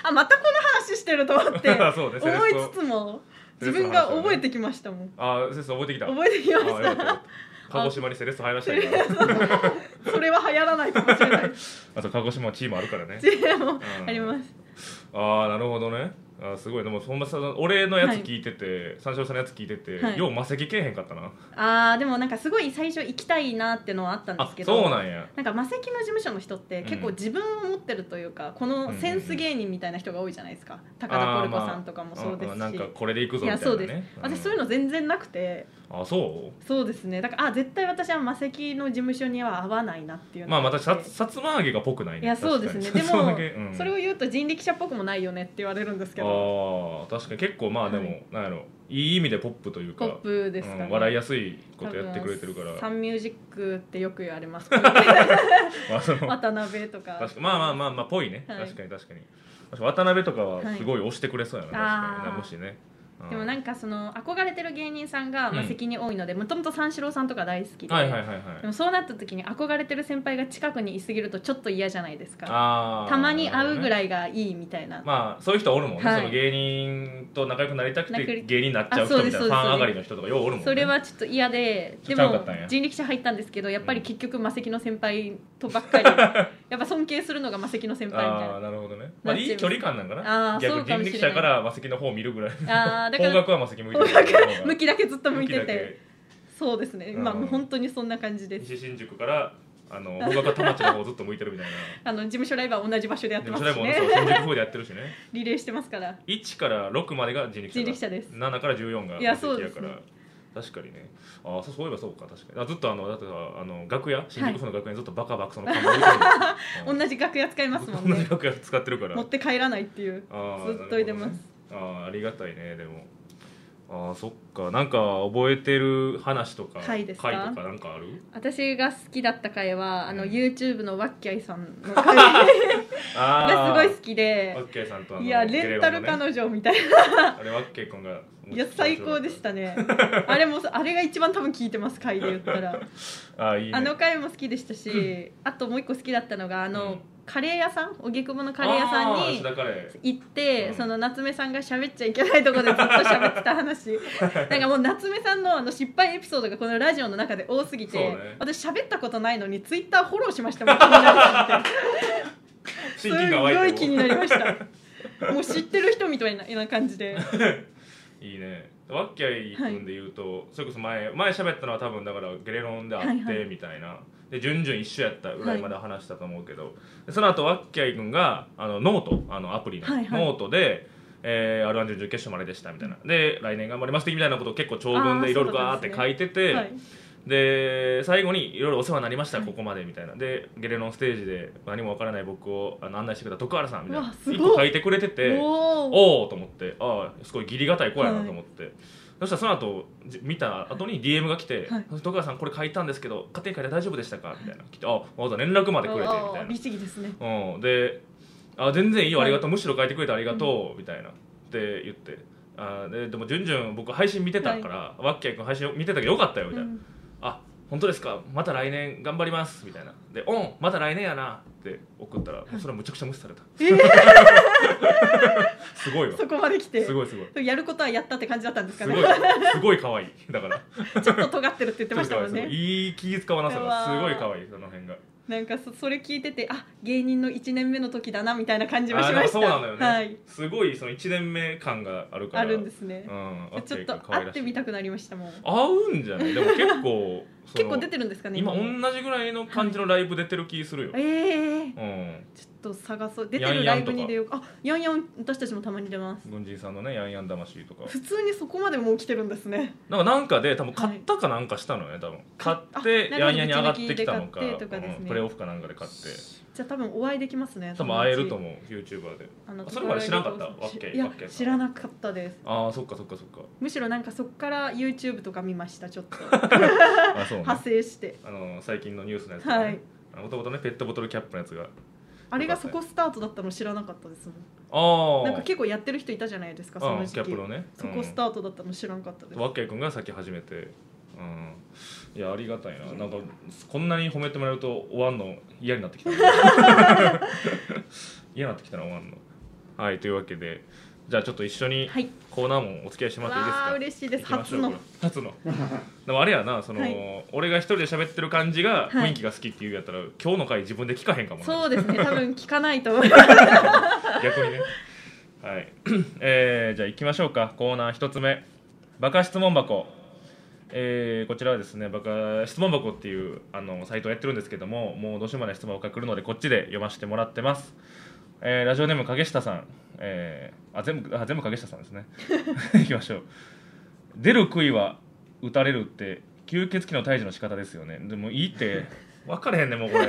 [SPEAKER 2] あまたこの話してると思って
[SPEAKER 1] <laughs> そうねセレッソ
[SPEAKER 2] 思いつつも自分が覚えてきましたもん
[SPEAKER 1] ああ先生覚えてきた
[SPEAKER 2] 覚えてきま
[SPEAKER 1] あーよかっ
[SPEAKER 2] し
[SPEAKER 1] たよ
[SPEAKER 2] た
[SPEAKER 1] かった鹿児島にセレッソ入らせたいから
[SPEAKER 2] <laughs> それは流行らないかもし
[SPEAKER 1] <laughs>
[SPEAKER 2] れない
[SPEAKER 1] あと鹿児島はチームあるからね
[SPEAKER 2] 知恵も
[SPEAKER 1] うん
[SPEAKER 2] あります
[SPEAKER 1] ああなるほどねあーすごいでもほんまさ俺のやつ聞いてて、三四郎さんのやつ聞いてて、
[SPEAKER 2] はい
[SPEAKER 1] よう魔石けえへんかったな
[SPEAKER 2] あーでもなんかすごい最初行きたいなってのはあったんで
[SPEAKER 1] あ
[SPEAKER 2] すけど
[SPEAKER 1] そうなんや
[SPEAKER 2] なんかマセキの事務所の人って結構
[SPEAKER 1] うん
[SPEAKER 2] 自分を持ってるというか、このセンス芸人みたいな人が多いじゃないですか、高田ポルコさんとかもそうですし、
[SPEAKER 1] んなんかこれでいくぞ
[SPEAKER 2] い
[SPEAKER 1] み
[SPEAKER 2] や
[SPEAKER 1] たいな、ね、
[SPEAKER 2] そうです、私そういうの全然なくて
[SPEAKER 1] のあそ
[SPEAKER 2] そうですねだからあ絶対私はマセキの事務所には合わないなっていう
[SPEAKER 1] う
[SPEAKER 2] の
[SPEAKER 1] まあまた
[SPEAKER 2] が
[SPEAKER 1] さ
[SPEAKER 2] あって
[SPEAKER 1] さつま揚げがぽくないね
[SPEAKER 2] いやそうですね
[SPEAKER 1] 確
[SPEAKER 2] でも
[SPEAKER 1] かにさつま揚げうん
[SPEAKER 2] それを言うと人力車っぽくもないよねって言われるんですけど
[SPEAKER 1] ああ確かに結構まあでも、
[SPEAKER 2] はい
[SPEAKER 1] なんやろいい意味でポップという
[SPEAKER 2] ポ
[SPEAKER 1] か
[SPEAKER 2] ップですかね、
[SPEAKER 1] うん、笑いやすいことやってくれてるから
[SPEAKER 2] 多分サンミュージックってよく言わ
[SPEAKER 1] <laughs>
[SPEAKER 2] れます
[SPEAKER 1] ま <laughs> あその
[SPEAKER 2] 渡辺とか
[SPEAKER 1] 確かまあまあまあまあぽいね、
[SPEAKER 2] はい
[SPEAKER 1] 確かに確かに確か渡辺とかは
[SPEAKER 2] はい
[SPEAKER 1] すごい押してくれそうやな、確かに
[SPEAKER 2] あー
[SPEAKER 1] なもしね、
[SPEAKER 2] でもなんかその憧れてる芸人さんが
[SPEAKER 1] うん
[SPEAKER 2] まあ責任多いのでもともと三四郎さんとか大好きで,、
[SPEAKER 1] はいはいはいはい
[SPEAKER 2] でもそうなった時に憧れてる先輩が近くにいすぎるとちょっと嫌じゃないですか
[SPEAKER 1] あ
[SPEAKER 2] たまに会うぐ
[SPEAKER 1] い、
[SPEAKER 2] らいがいいみたいな、
[SPEAKER 1] まあそういう人おるもんね、
[SPEAKER 2] はい
[SPEAKER 1] その芸人と仲良くなりたく
[SPEAKER 2] 仲良
[SPEAKER 1] て
[SPEAKER 2] く
[SPEAKER 1] 芸人になっちゃう人みたいな
[SPEAKER 2] あそうです
[SPEAKER 1] ファン
[SPEAKER 2] そうです
[SPEAKER 1] 上がりの人とかようおるもんね
[SPEAKER 2] それはちょっと嫌で
[SPEAKER 1] ちょ
[SPEAKER 2] で
[SPEAKER 1] ちゃうか
[SPEAKER 2] も
[SPEAKER 1] ったんや
[SPEAKER 2] 人力車入ったんですけどやっぱり結局魔石の先輩とばっかり <laughs> やっぱ尊敬するのが魔石の先輩みたい
[SPEAKER 1] ああ <laughs>
[SPEAKER 2] な
[SPEAKER 1] ーなるほどね、まあ、いい距離感なんか
[SPEAKER 2] あ
[SPEAKER 1] な
[SPEAKER 2] ー
[SPEAKER 1] 逆
[SPEAKER 2] そうか
[SPEAKER 1] 人
[SPEAKER 2] もしれない
[SPEAKER 1] 力車からマセキの方を見るぐらい
[SPEAKER 2] あーだか
[SPEAKER 1] 方
[SPEAKER 2] ら
[SPEAKER 1] 角はマセキ向いて
[SPEAKER 2] 方
[SPEAKER 1] る方が
[SPEAKER 2] 向きだけずっと向いて
[SPEAKER 1] 向きだ
[SPEAKER 2] て
[SPEAKER 1] け
[SPEAKER 2] そうですね、
[SPEAKER 1] うん
[SPEAKER 2] まあもう本当にそんな感じです
[SPEAKER 1] 西新宿からあの方角は田町の方をずっと向いてるみたい
[SPEAKER 2] あの事務所ライブは同じ場所でや
[SPEAKER 1] な
[SPEAKER 2] っ
[SPEAKER 1] で
[SPEAKER 2] て
[SPEAKER 1] も
[SPEAKER 2] ま
[SPEAKER 1] そ
[SPEAKER 2] す
[SPEAKER 1] れも
[SPEAKER 2] しね
[SPEAKER 1] そう新宿風でやってるしね
[SPEAKER 2] リレーしてますから
[SPEAKER 1] 1から6までが人力車
[SPEAKER 2] 人力車です
[SPEAKER 1] 7から14が
[SPEAKER 2] いや
[SPEAKER 1] マセキ
[SPEAKER 2] そうですね
[SPEAKER 1] 確かにねああそうそういえばそうか確かにあずっとあのだってさあの楽屋新宿風の楽屋にずっとバカバカその看板置いてるんですようん
[SPEAKER 2] <laughs> 同じ楽屋使いますもん
[SPEAKER 1] 同
[SPEAKER 2] ね
[SPEAKER 1] じ楽屋使ってるから
[SPEAKER 2] 持って帰らないっていう
[SPEAKER 1] あ
[SPEAKER 2] ずっと入れます、
[SPEAKER 1] あーありがたいねでもあーそっかなんか覚えてる話とか
[SPEAKER 2] 回ですか
[SPEAKER 1] とかなんかある
[SPEAKER 2] 私が好きだった回はあの
[SPEAKER 1] うん
[SPEAKER 2] YouTube のワッキャイさんの回が <laughs> す
[SPEAKER 1] あ
[SPEAKER 2] ごい
[SPEAKER 1] す
[SPEAKER 2] 好きで
[SPEAKER 1] ワッケーさんとあの
[SPEAKER 2] いやレンタル
[SPEAKER 1] ゲレバのね
[SPEAKER 2] 彼女みたい
[SPEAKER 1] あれワッケー君が
[SPEAKER 2] ないや最高でした
[SPEAKER 1] <laughs>
[SPEAKER 2] ねあれもあれが一番多分聞いてます回で言ったら
[SPEAKER 1] あーいい、ね、
[SPEAKER 2] あの回も好きでしたしあともう一個好きだったのがあの、
[SPEAKER 1] うん
[SPEAKER 2] カレー屋さん荻窪のカレー屋さん
[SPEAKER 1] あー
[SPEAKER 2] に
[SPEAKER 1] 吉田カレ
[SPEAKER 2] 行って、
[SPEAKER 1] うん
[SPEAKER 2] その夏目さんが喋っちゃいけないとこでずっと喋って
[SPEAKER 1] <laughs>
[SPEAKER 2] た話なんかもう夏目さんのあの失敗エピソードがこのラジオの中で多すぎて、
[SPEAKER 1] そうね
[SPEAKER 2] 私喋ったことないのにツイッターフォローしました
[SPEAKER 1] <laughs>
[SPEAKER 2] もん気になるって
[SPEAKER 1] ー
[SPEAKER 2] す
[SPEAKER 1] 親近感湧い
[SPEAKER 2] ごい気
[SPEAKER 1] て
[SPEAKER 2] に
[SPEAKER 1] も
[SPEAKER 2] なりましたもう知ってる人みたいなな感じ
[SPEAKER 1] <laughs>
[SPEAKER 2] で
[SPEAKER 1] いいねワッケー君で言うと、それこそ前前喋ったのは多分だからゲレロンで会っ
[SPEAKER 2] はいは
[SPEAKER 1] てみたいな、で順々一緒やったぐらいまで話したと思うけど、でその後ワッキャイ君があのノートあのアプリの、
[SPEAKER 2] はいはい
[SPEAKER 1] ノートで、えー、r 1準々決勝まででしたみたいなで来年頑張りますってみたいなことを結構長文
[SPEAKER 2] あ
[SPEAKER 1] で
[SPEAKER 2] ー
[SPEAKER 1] いろいろ
[SPEAKER 2] そう
[SPEAKER 1] ガ
[SPEAKER 2] な
[SPEAKER 1] ー
[SPEAKER 2] ん
[SPEAKER 1] っ
[SPEAKER 2] ですね
[SPEAKER 1] て書いてて、
[SPEAKER 2] はい
[SPEAKER 1] で最後にいろいろお世話になりました、
[SPEAKER 2] はい
[SPEAKER 1] ここまでみたいなでゲレロンステージで何もわからない僕をあの案内してくれた徳原さんみたいうな
[SPEAKER 2] わすご
[SPEAKER 1] 一
[SPEAKER 2] い
[SPEAKER 1] 個書いてくれてて。
[SPEAKER 2] おお
[SPEAKER 1] おおと思ってああすごい義理がたい子やなと思って、そしたらその後じ見た後に DM が来て
[SPEAKER 2] はい
[SPEAKER 1] 「徳川さんこれ書いたんですけど家庭会で大丈夫でしたか?」みたいな来て「あわざわざ連絡までくれて」みたいな
[SPEAKER 2] 律儀ですね
[SPEAKER 1] うん、で「あ全然いいよ
[SPEAKER 2] は
[SPEAKER 1] あ
[SPEAKER 2] い
[SPEAKER 1] りがとう、むしろ書いてくれてありがとう」みたいなって言ってあででもじゅんじゅん僕配信見てたから、ワッキャイ君配信見てたけどよかったよみたいな「
[SPEAKER 2] うん
[SPEAKER 1] あ本当ですかまた来年頑張ります」みたいな「でオンまた来年やな」って送ったら、もうそれはむちゃくちゃ無視された
[SPEAKER 2] えー
[SPEAKER 1] すごいわ
[SPEAKER 2] そこまで来て
[SPEAKER 1] すごいすごい
[SPEAKER 2] やることはやったって感じだったんです
[SPEAKER 1] す
[SPEAKER 2] か
[SPEAKER 1] ご
[SPEAKER 2] ね
[SPEAKER 1] いすごい可愛いだから
[SPEAKER 2] <laughs> ちょっと尖ってるって言ってましたもんね
[SPEAKER 1] いい気使わなさ
[SPEAKER 2] う
[SPEAKER 1] が
[SPEAKER 2] わ
[SPEAKER 1] す
[SPEAKER 2] ー
[SPEAKER 1] ごい可愛いその辺が
[SPEAKER 2] なんかそそれ聞いててあ芸人の1年目の時だなみたいな感じは
[SPEAKER 1] あ
[SPEAKER 2] し
[SPEAKER 1] ーなん
[SPEAKER 2] ま
[SPEAKER 1] か
[SPEAKER 2] した
[SPEAKER 1] そうなのよね、
[SPEAKER 2] はい、
[SPEAKER 1] すごいその1年目感があるから
[SPEAKER 2] あるんですすね
[SPEAKER 1] うん、
[SPEAKER 2] ちょっ
[SPEAKER 1] あ
[SPEAKER 2] と
[SPEAKER 1] 可愛
[SPEAKER 2] 会
[SPEAKER 1] らしい
[SPEAKER 2] ってみたくなりましたもん
[SPEAKER 1] 合うんじゃないでも結構その
[SPEAKER 2] 結構出てるんですかね
[SPEAKER 1] 今同じぐらいの感じのライブ出てる気するよ、
[SPEAKER 2] ええー、
[SPEAKER 1] うん
[SPEAKER 2] ちょっと探そう出て
[SPEAKER 1] ヤン
[SPEAKER 2] る
[SPEAKER 1] ヤン
[SPEAKER 2] ライ
[SPEAKER 1] とか
[SPEAKER 2] ブに出ようかあヤンヤン私たちもたまに出ます
[SPEAKER 1] 軍人さんのねヤンヤン魂とか
[SPEAKER 2] 普通にそこまでもう来てるんですね
[SPEAKER 1] なんかなんかで多分買ったかなんかしたのよね多分買って
[SPEAKER 2] あ
[SPEAKER 1] ヤンヤンに上がってきたのか
[SPEAKER 2] なるほど口引きで買ってとかですね
[SPEAKER 1] うんプレーオフかなんかで買って
[SPEAKER 2] じゃあ多分お会いできますね
[SPEAKER 1] 多分会えると思う YouTuber で
[SPEAKER 2] あの
[SPEAKER 1] それまで知らんかったわけ
[SPEAKER 2] いや
[SPEAKER 1] わけ
[SPEAKER 2] 知らなかったです
[SPEAKER 1] ああそっかそっかそっか
[SPEAKER 2] むしろなんかそっから YouTube とか見ましたちょっと
[SPEAKER 1] あそうね
[SPEAKER 2] 派生して
[SPEAKER 1] あの最近のニュースのやつ
[SPEAKER 2] はい
[SPEAKER 1] もともとねペットボトルキャップのやつが
[SPEAKER 2] あれがそこスタートだったの知らなかったですもん
[SPEAKER 1] ああ
[SPEAKER 2] なんか結構やってる人いたじゃないですかその
[SPEAKER 1] うん
[SPEAKER 2] 時
[SPEAKER 1] キャッ
[SPEAKER 2] 期
[SPEAKER 1] プのね
[SPEAKER 2] そこスタートだったの知らんかったです、
[SPEAKER 1] わっけい君が先始めてうんいやありがたいななんかこんなに褒めてもらえると終わんの嫌になってきたな
[SPEAKER 2] <laughs>
[SPEAKER 1] 嫌になってきたな終わんのはいというわけでじゃあちょっと一緒に
[SPEAKER 2] はい
[SPEAKER 1] コーナーもお付き合いしてもらっていいです
[SPEAKER 2] わ
[SPEAKER 1] か
[SPEAKER 2] あ嬉しいです
[SPEAKER 1] 行きまし
[SPEAKER 2] 初
[SPEAKER 1] ょう
[SPEAKER 2] の
[SPEAKER 1] これ初のでもあれやなその、
[SPEAKER 2] はい
[SPEAKER 1] 俺が一人で喋ってる感じが
[SPEAKER 2] はい
[SPEAKER 1] 雰囲気が好きっていうやったら、今日の回自分で聞かへんかもな
[SPEAKER 2] そうですね
[SPEAKER 1] <laughs>
[SPEAKER 2] 多分聞かないと思います
[SPEAKER 1] 逆にねはいえーじゃあ行きましょうかコーナー一つ目バカ質問箱えーこちらはですねバカ質問箱っていうあのサイトをやってるんですけどももうどうしようもない質問が来るのでこっちで読ませてもらってます、えーラジオネーム影下さん、えーあ全部あ全部影下さんですねいきましょう出る杭は打たれるって吸血鬼の退治の仕方ですよねでもいいって分かれへんねもうこれ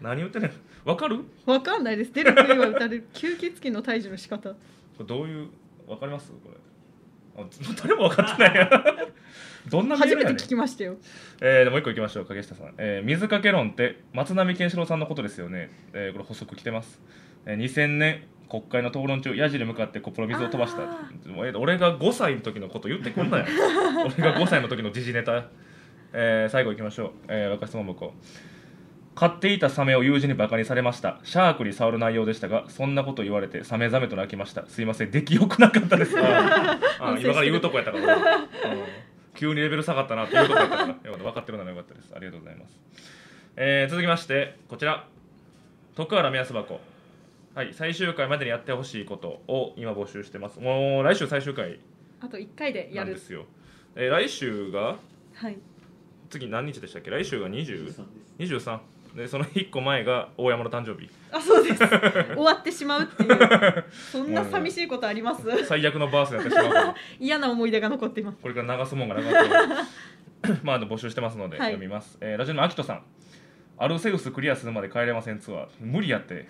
[SPEAKER 1] 何言ってんねん分かるこ
[SPEAKER 2] わかんないです。出る杭は打たれる吸血鬼の退治の仕方。
[SPEAKER 1] れどういう分かりますこれあず誰も分かってない <laughs> やどんなメー
[SPEAKER 2] 初
[SPEAKER 1] ル
[SPEAKER 2] め
[SPEAKER 1] や
[SPEAKER 2] て
[SPEAKER 1] ね
[SPEAKER 2] 聞
[SPEAKER 1] ん
[SPEAKER 2] きましたよ。
[SPEAKER 1] えー、でもう一個いきましょう影下さん、えー水かけ論って松並健四郎さんのことですよね、えーこれ補足来てます、えー2000年国会の討論中やじに向かってコップの水を飛ばした
[SPEAKER 2] あ
[SPEAKER 1] えー俺が5歳の時のこと言ってくんな
[SPEAKER 2] <laughs>
[SPEAKER 1] よ俺が5歳の時の時事ネタ、えー最後いきましょう、えー、若質問向こ飼っていたサメを友人にバカにされましたシャークに触る内容でしたがそんなこと言われてサメザメと泣きましたすいません出来良くなかった
[SPEAKER 2] <laughs>
[SPEAKER 1] ですあーあー今から言うとこやったから俺うん急にレベル下がったなっていうとこやったからよかった分かってるならよかったですありがとうございます、えー続きましてこちら徳原目安箱はい最終回までにやってほしいことを今募集してますもう来週最終回
[SPEAKER 2] あと一回で
[SPEAKER 1] な
[SPEAKER 2] や
[SPEAKER 1] んで
[SPEAKER 2] る。
[SPEAKER 1] すよ、えー来週が
[SPEAKER 2] はい。
[SPEAKER 1] 次何日でしたっけ来週が
[SPEAKER 3] そうで
[SPEAKER 1] 20?
[SPEAKER 3] す
[SPEAKER 1] 23でその1個前が大山の誕生日
[SPEAKER 2] あ、そ
[SPEAKER 1] <laughs>
[SPEAKER 2] うです。終わってしまうっていう。そんな寂しいことあります。
[SPEAKER 1] <laughs> 最悪のバースになってしまうから
[SPEAKER 2] 嫌な思い出が残っています。
[SPEAKER 1] これから流すもんがなかったらまああの募集してますの <coughs> で
[SPEAKER 2] はい
[SPEAKER 1] 読みます、えーラジオのアキトさんアルセウスクリアするまで帰れませんツアー無理やって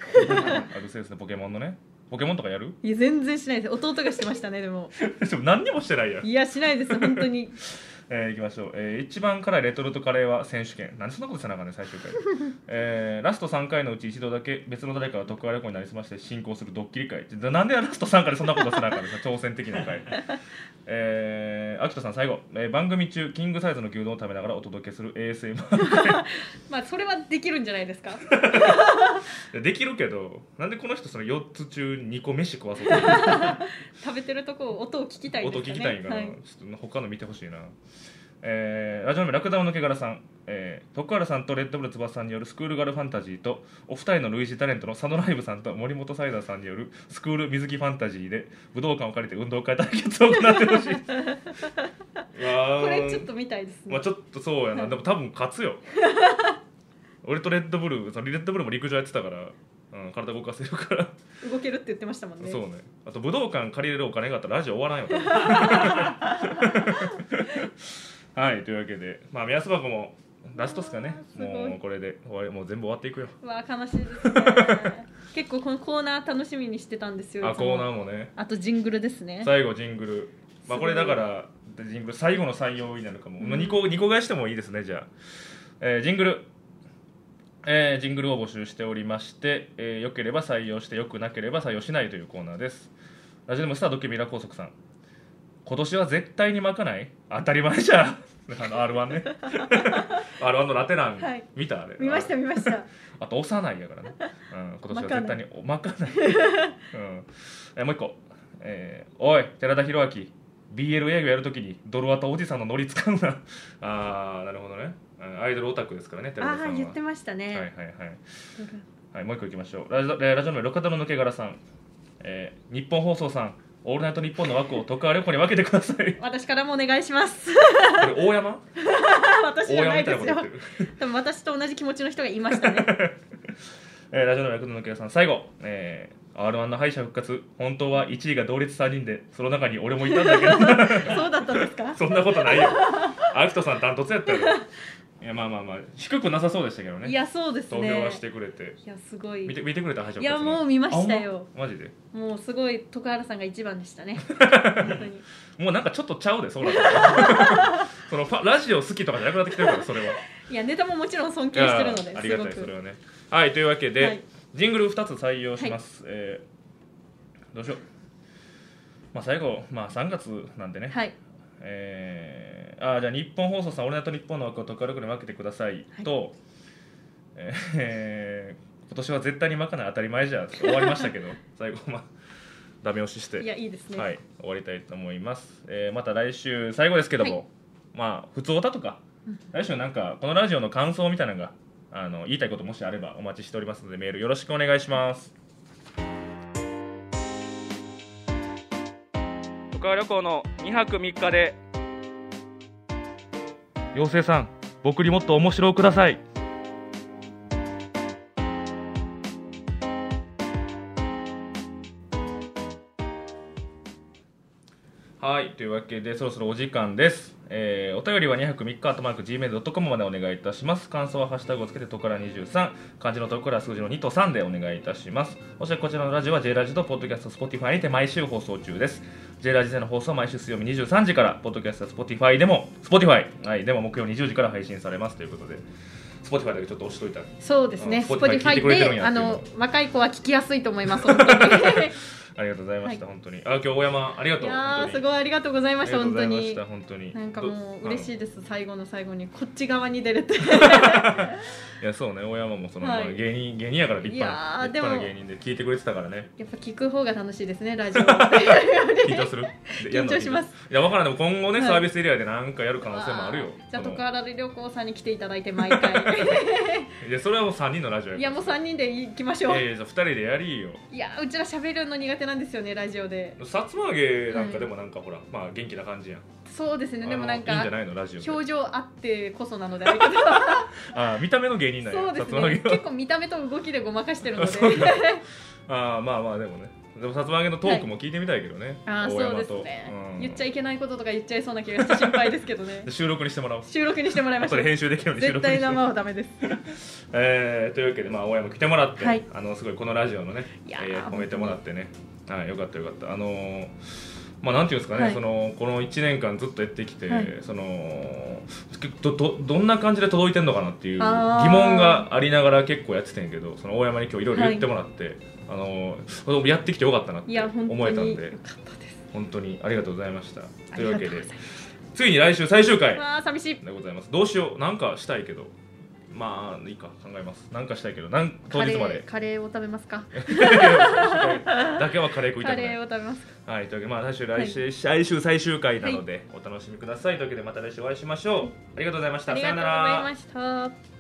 [SPEAKER 1] アルセウスのポケモンのねポケモンとかやる <laughs>
[SPEAKER 2] いや、全然しないです。弟がしてましたね、でも。
[SPEAKER 1] でも何にもしてないやん
[SPEAKER 2] いや、しないです。本当に。
[SPEAKER 1] えー、いきましょう、えー、一番辛いレトルトカレーは選手権なんでそんなことせなあかんねん最終回、えー、ラスト3回のうち一度だけ別の誰かが徳川旅行になりすまして進行するドッキリ会ってなんでラスト3回でそんなことせなあかんねんその挑戦的な回えー、秋田さん最後、えー番組中キングサイズの牛丼を食べながらお届けする ASMR
[SPEAKER 2] まあ、それはできるんじゃないですか。
[SPEAKER 1] できるけどなんでこの人その4つ中2個飯食わそうとしてる
[SPEAKER 2] 食べてるとこ、音を聞きたいんで
[SPEAKER 1] 音
[SPEAKER 2] すか
[SPEAKER 1] 聞き
[SPEAKER 2] ね。
[SPEAKER 1] たいんかな、
[SPEAKER 2] はい
[SPEAKER 1] ちょっと他の見てほしいな、えーラジオネームラクダウンのけがらさん、えー、徳原さんとレッドブル翼さんによるスクールガルファンタジーとお二人の類似タレントの佐野ライブさんと森本サイダーさんによるスクール水着ファンタジーで武道館を借りて運動会対決を行ってほしい
[SPEAKER 2] <laughs> こ
[SPEAKER 1] こ
[SPEAKER 2] れちょっと見たいですね。
[SPEAKER 1] まあちょっとそうやなでも多分勝つ
[SPEAKER 2] <laughs>
[SPEAKER 1] よ俺とレッドブルそのレッドブルも陸上やってたから、うん、体動かせるから
[SPEAKER 2] 動けるって言ってましたもんね。
[SPEAKER 1] そうねあと武道館借りれるお金があったらラジオ終わらんよ
[SPEAKER 2] <laughs>
[SPEAKER 1] 多分はいというわけでまあ目安箱もラストっすかね
[SPEAKER 2] あーすごい
[SPEAKER 1] もうこれで終わりもう全部終わっていくよ
[SPEAKER 2] わあ悲しいですね結構このコーナー楽しみにしてたんですよ
[SPEAKER 1] あ
[SPEAKER 2] いつも
[SPEAKER 1] コーナーもね
[SPEAKER 2] あとジングルですね
[SPEAKER 1] 最後ジングルまあ
[SPEAKER 2] す
[SPEAKER 1] こ
[SPEAKER 2] ごい
[SPEAKER 1] れだからジングル最後の採用になるかも、
[SPEAKER 2] うん
[SPEAKER 1] まあ、2, 個二個返してもいいですねじゃあ、えージングルえージングルを募集しておりまして、えー、よければ採用してよくなければ採用しないというコーナーですラジオネームスタードキュミラ高速さん今年は絶対に巻かない当たり前じゃん <laughs> あの R1
[SPEAKER 2] <laughs>
[SPEAKER 1] ね R1 のラテラン、
[SPEAKER 2] はい
[SPEAKER 1] 見たあれ
[SPEAKER 2] 見ました見ました
[SPEAKER 1] <laughs> あと幼いやからね、
[SPEAKER 2] <laughs>
[SPEAKER 1] うん、今年は絶対におまかない、うんえもう一個、えーおい寺田博明 BL 営業やるときにドルアタおじさんのノリ使うな <laughs> あーなるほどねうんアイドルオタクですからね
[SPEAKER 2] あ
[SPEAKER 1] 寺田さん
[SPEAKER 2] あ
[SPEAKER 1] は
[SPEAKER 2] ー言ってましたね、
[SPEAKER 1] はいはいはいはい、もう一個いきましょう。ラジオ、えーラジオの六方の抜け殻さん、えー日本放送さん、オールナイトニッポンの枠を徳川旅行に分けてくださ
[SPEAKER 2] <laughs>
[SPEAKER 1] い
[SPEAKER 2] 私からもお願いします
[SPEAKER 1] <laughs> これ大山
[SPEAKER 2] 私
[SPEAKER 1] 大
[SPEAKER 2] じゃ
[SPEAKER 1] 山
[SPEAKER 2] な
[SPEAKER 1] み
[SPEAKER 2] い
[SPEAKER 1] たい
[SPEAKER 2] で
[SPEAKER 1] なこと言っ
[SPEAKER 2] すよ
[SPEAKER 1] てる、
[SPEAKER 2] 多分私と同じ気持ちの人がいましたね
[SPEAKER 1] <laughs> えーラジオの役の野さん最後、えー、r 1の敗者復活本当は1位が同率3人でその中に俺もいたんだ
[SPEAKER 2] <laughs>
[SPEAKER 1] けど
[SPEAKER 2] そうだったんですか
[SPEAKER 1] そんなことないよ。アキトさんダントツやったよ。いやまあまあまあ低くなさそうでしたけどね。
[SPEAKER 2] いやそうです
[SPEAKER 1] 投
[SPEAKER 2] ね
[SPEAKER 1] 票はしてくれて。
[SPEAKER 2] いやすごい
[SPEAKER 1] 見て見てくれた配信
[SPEAKER 2] いやもう見ましたよ。
[SPEAKER 1] あほんまマジで。
[SPEAKER 2] もうすごい徳原さんが一番でし
[SPEAKER 1] <laughs>
[SPEAKER 2] たね本当に
[SPEAKER 1] もうなんかちょっとちゃうでそうなった
[SPEAKER 2] <laughs>
[SPEAKER 1] らそのファラジオ好きとかじゃなくなってきてるからそれは。
[SPEAKER 2] いやネタももちろん尊
[SPEAKER 1] い
[SPEAKER 2] 敬
[SPEAKER 1] や
[SPEAKER 2] してるのです
[SPEAKER 1] ありがた
[SPEAKER 2] ご
[SPEAKER 1] い
[SPEAKER 2] く
[SPEAKER 1] それはね。はいというわけで、
[SPEAKER 2] はい
[SPEAKER 1] ジングル二つ採用します。えーどうしよう。まあ最後まあ3月なんでね。
[SPEAKER 2] はい
[SPEAKER 1] えーあーじゃあ日本放送さん「オールナイトニッポン」の枠を特化力に分けてください、
[SPEAKER 2] はい
[SPEAKER 1] と、えー今年は絶対にまかない当たり前じゃん終わりました
[SPEAKER 2] <laughs>
[SPEAKER 1] けど最後まあダメ押しして
[SPEAKER 2] いやいいですね
[SPEAKER 1] はい、終わりたいと思います、えーまた来週最後ですけども、
[SPEAKER 2] はい
[SPEAKER 1] まあ普通歌とか
[SPEAKER 2] うん
[SPEAKER 1] 来週なんかこのラジオの感想みたいなのがあの言いたいこともしあればお待ちしておりますのでメールよろしくお願いします
[SPEAKER 3] 徳川旅行の2泊3日で
[SPEAKER 1] 妖精さん僕にもっと面白をくださいはいというわけでそろそろお時間です、えーお便りは2泊3日あとマーク gmail.com までお願いいたします感想は「ハッシュタグをつけてとから23」漢字のところは数字の2と3でお願いいたしますそしてこちらのラジオは J ラジとポッドキャスト Spotify にて毎週放送中です J ラジでの放送は毎週水曜日23時からポッドキャスト Spotify でも Spotify、はい、でも木曜20時から配信されますということで Spotify だけちょっと押しといた
[SPEAKER 2] そうですね
[SPEAKER 1] あ Spotify 聞いてくれてるん
[SPEAKER 2] Spotify で
[SPEAKER 1] や
[SPEAKER 2] あ
[SPEAKER 1] っていうの
[SPEAKER 2] の若い子は聞きやすいと思い
[SPEAKER 1] <laughs>
[SPEAKER 2] ます本当に
[SPEAKER 1] ありがとうございました、
[SPEAKER 2] は
[SPEAKER 1] 本当にあ今日大山ありが
[SPEAKER 2] い
[SPEAKER 1] とう
[SPEAKER 2] や
[SPEAKER 1] 本
[SPEAKER 2] ー
[SPEAKER 1] 当
[SPEAKER 2] す
[SPEAKER 1] に
[SPEAKER 2] ごいありがとうござい
[SPEAKER 1] あ
[SPEAKER 2] ま
[SPEAKER 1] り
[SPEAKER 2] し
[SPEAKER 1] が
[SPEAKER 2] た
[SPEAKER 1] とう
[SPEAKER 2] 本
[SPEAKER 1] ござ
[SPEAKER 2] 当
[SPEAKER 1] いまし
[SPEAKER 2] に
[SPEAKER 1] た本当に
[SPEAKER 2] なんかもう
[SPEAKER 1] ど
[SPEAKER 2] 嬉しいです最後の最後にこっち側に出
[SPEAKER 1] <laughs>
[SPEAKER 2] れて
[SPEAKER 1] いやそうね大山もその、
[SPEAKER 2] はい
[SPEAKER 1] まあ芸人芸人やから立派ない
[SPEAKER 2] やー
[SPEAKER 1] 立派な
[SPEAKER 2] で
[SPEAKER 1] 芸人で聞いてくれてたからね
[SPEAKER 2] やっぱ聞く方が楽しいですねラジオって
[SPEAKER 1] 緊張す
[SPEAKER 2] <laughs>
[SPEAKER 1] るでやんの
[SPEAKER 2] 緊張します
[SPEAKER 1] いやわからんでも今後ね、
[SPEAKER 2] はい
[SPEAKER 1] サービスエリアでなんかやる可能性もあるよ
[SPEAKER 2] <laughs> じゃあ
[SPEAKER 1] その
[SPEAKER 2] 徳原旅行さんに来ていただいて
[SPEAKER 1] <laughs>
[SPEAKER 2] 毎回
[SPEAKER 1] いやそれはもう3人のラジオや
[SPEAKER 2] いやもう3人で行きましょう
[SPEAKER 1] いやいやじゃあ2人でやりよ
[SPEAKER 2] いやうちら喋るの苦手なんですよねラジオで
[SPEAKER 1] さつま揚げなん
[SPEAKER 2] は
[SPEAKER 1] か
[SPEAKER 2] い
[SPEAKER 1] でもなんかほら、まあ元気な感じやん
[SPEAKER 2] そうですねでも
[SPEAKER 1] あの
[SPEAKER 2] なん
[SPEAKER 1] いいん
[SPEAKER 2] か
[SPEAKER 1] じゃないのラジオで
[SPEAKER 2] 表情あってこそなのであれけど
[SPEAKER 1] あー見た目の芸人なんや
[SPEAKER 2] <laughs> そうで
[SPEAKER 1] さ
[SPEAKER 2] す
[SPEAKER 1] つま揚
[SPEAKER 2] ね
[SPEAKER 1] げは
[SPEAKER 2] 結構見た目と動きでごまかしてるので
[SPEAKER 1] <laughs> そうかあーまあまあでもねでもさつま揚げのトークも聞いてみたいけどね、
[SPEAKER 2] ああ
[SPEAKER 1] 大
[SPEAKER 2] そ
[SPEAKER 1] 山
[SPEAKER 2] う
[SPEAKER 1] と
[SPEAKER 2] ですね、
[SPEAKER 1] うん
[SPEAKER 2] 言っちゃいけないこととか言っちゃいそうな気がして心配ですけ
[SPEAKER 1] <laughs>
[SPEAKER 2] どね
[SPEAKER 1] で収録にしてもらおう
[SPEAKER 2] 収録にしてもらいまし
[SPEAKER 1] 後
[SPEAKER 2] ょ
[SPEAKER 1] で
[SPEAKER 2] う
[SPEAKER 1] 編集できるように収
[SPEAKER 2] 絶
[SPEAKER 1] 録にし
[SPEAKER 2] 対
[SPEAKER 1] て
[SPEAKER 2] 生はダメです
[SPEAKER 1] えーというわけで、まあ、大山来てもらって、
[SPEAKER 2] はい
[SPEAKER 1] あのすごいこのラジオのね、
[SPEAKER 2] い
[SPEAKER 1] え
[SPEAKER 2] やー
[SPEAKER 1] ー褒めてもらってね、はい、よかったよかったあのーまあなんていうんですかね、
[SPEAKER 2] はい
[SPEAKER 1] そのこの1年間ずっとやってきて、
[SPEAKER 2] はい
[SPEAKER 1] そのどどどんな感じで届いてんのかなっていう疑
[SPEAKER 2] あー
[SPEAKER 1] 問がありながら結構やってたんやけどその大山に今日いろいろ言ってもらって、あのーやってきてよかったなっ
[SPEAKER 2] い
[SPEAKER 1] て
[SPEAKER 2] や本当に
[SPEAKER 1] 思えたん
[SPEAKER 2] よ
[SPEAKER 1] で
[SPEAKER 2] かったです
[SPEAKER 1] 本当にありがとうございました
[SPEAKER 2] あ
[SPEAKER 1] とい
[SPEAKER 2] り
[SPEAKER 1] うわ
[SPEAKER 2] がと
[SPEAKER 1] け
[SPEAKER 2] うござい
[SPEAKER 1] で
[SPEAKER 2] ます
[SPEAKER 1] ついに来週最終回
[SPEAKER 2] わあ寂しい
[SPEAKER 1] でございますどうしようなんかしたいけどまあいいか考えますなんかしたいけどなん当
[SPEAKER 2] カレ
[SPEAKER 1] 日まで
[SPEAKER 2] ーカレーを食べますか
[SPEAKER 1] だけはカレー食いた
[SPEAKER 2] カ
[SPEAKER 1] くな
[SPEAKER 2] レ
[SPEAKER 1] い
[SPEAKER 2] ー。を食べますか
[SPEAKER 1] はい、というわけで、まあ、来週、来週、来週最終回なので、お楽しみください。というわけで、また来週お会いしましょう。ありがとうございました。
[SPEAKER 2] ありが
[SPEAKER 1] さ
[SPEAKER 2] と
[SPEAKER 1] よ
[SPEAKER 2] う
[SPEAKER 1] な
[SPEAKER 2] ご
[SPEAKER 1] ら
[SPEAKER 2] ざいました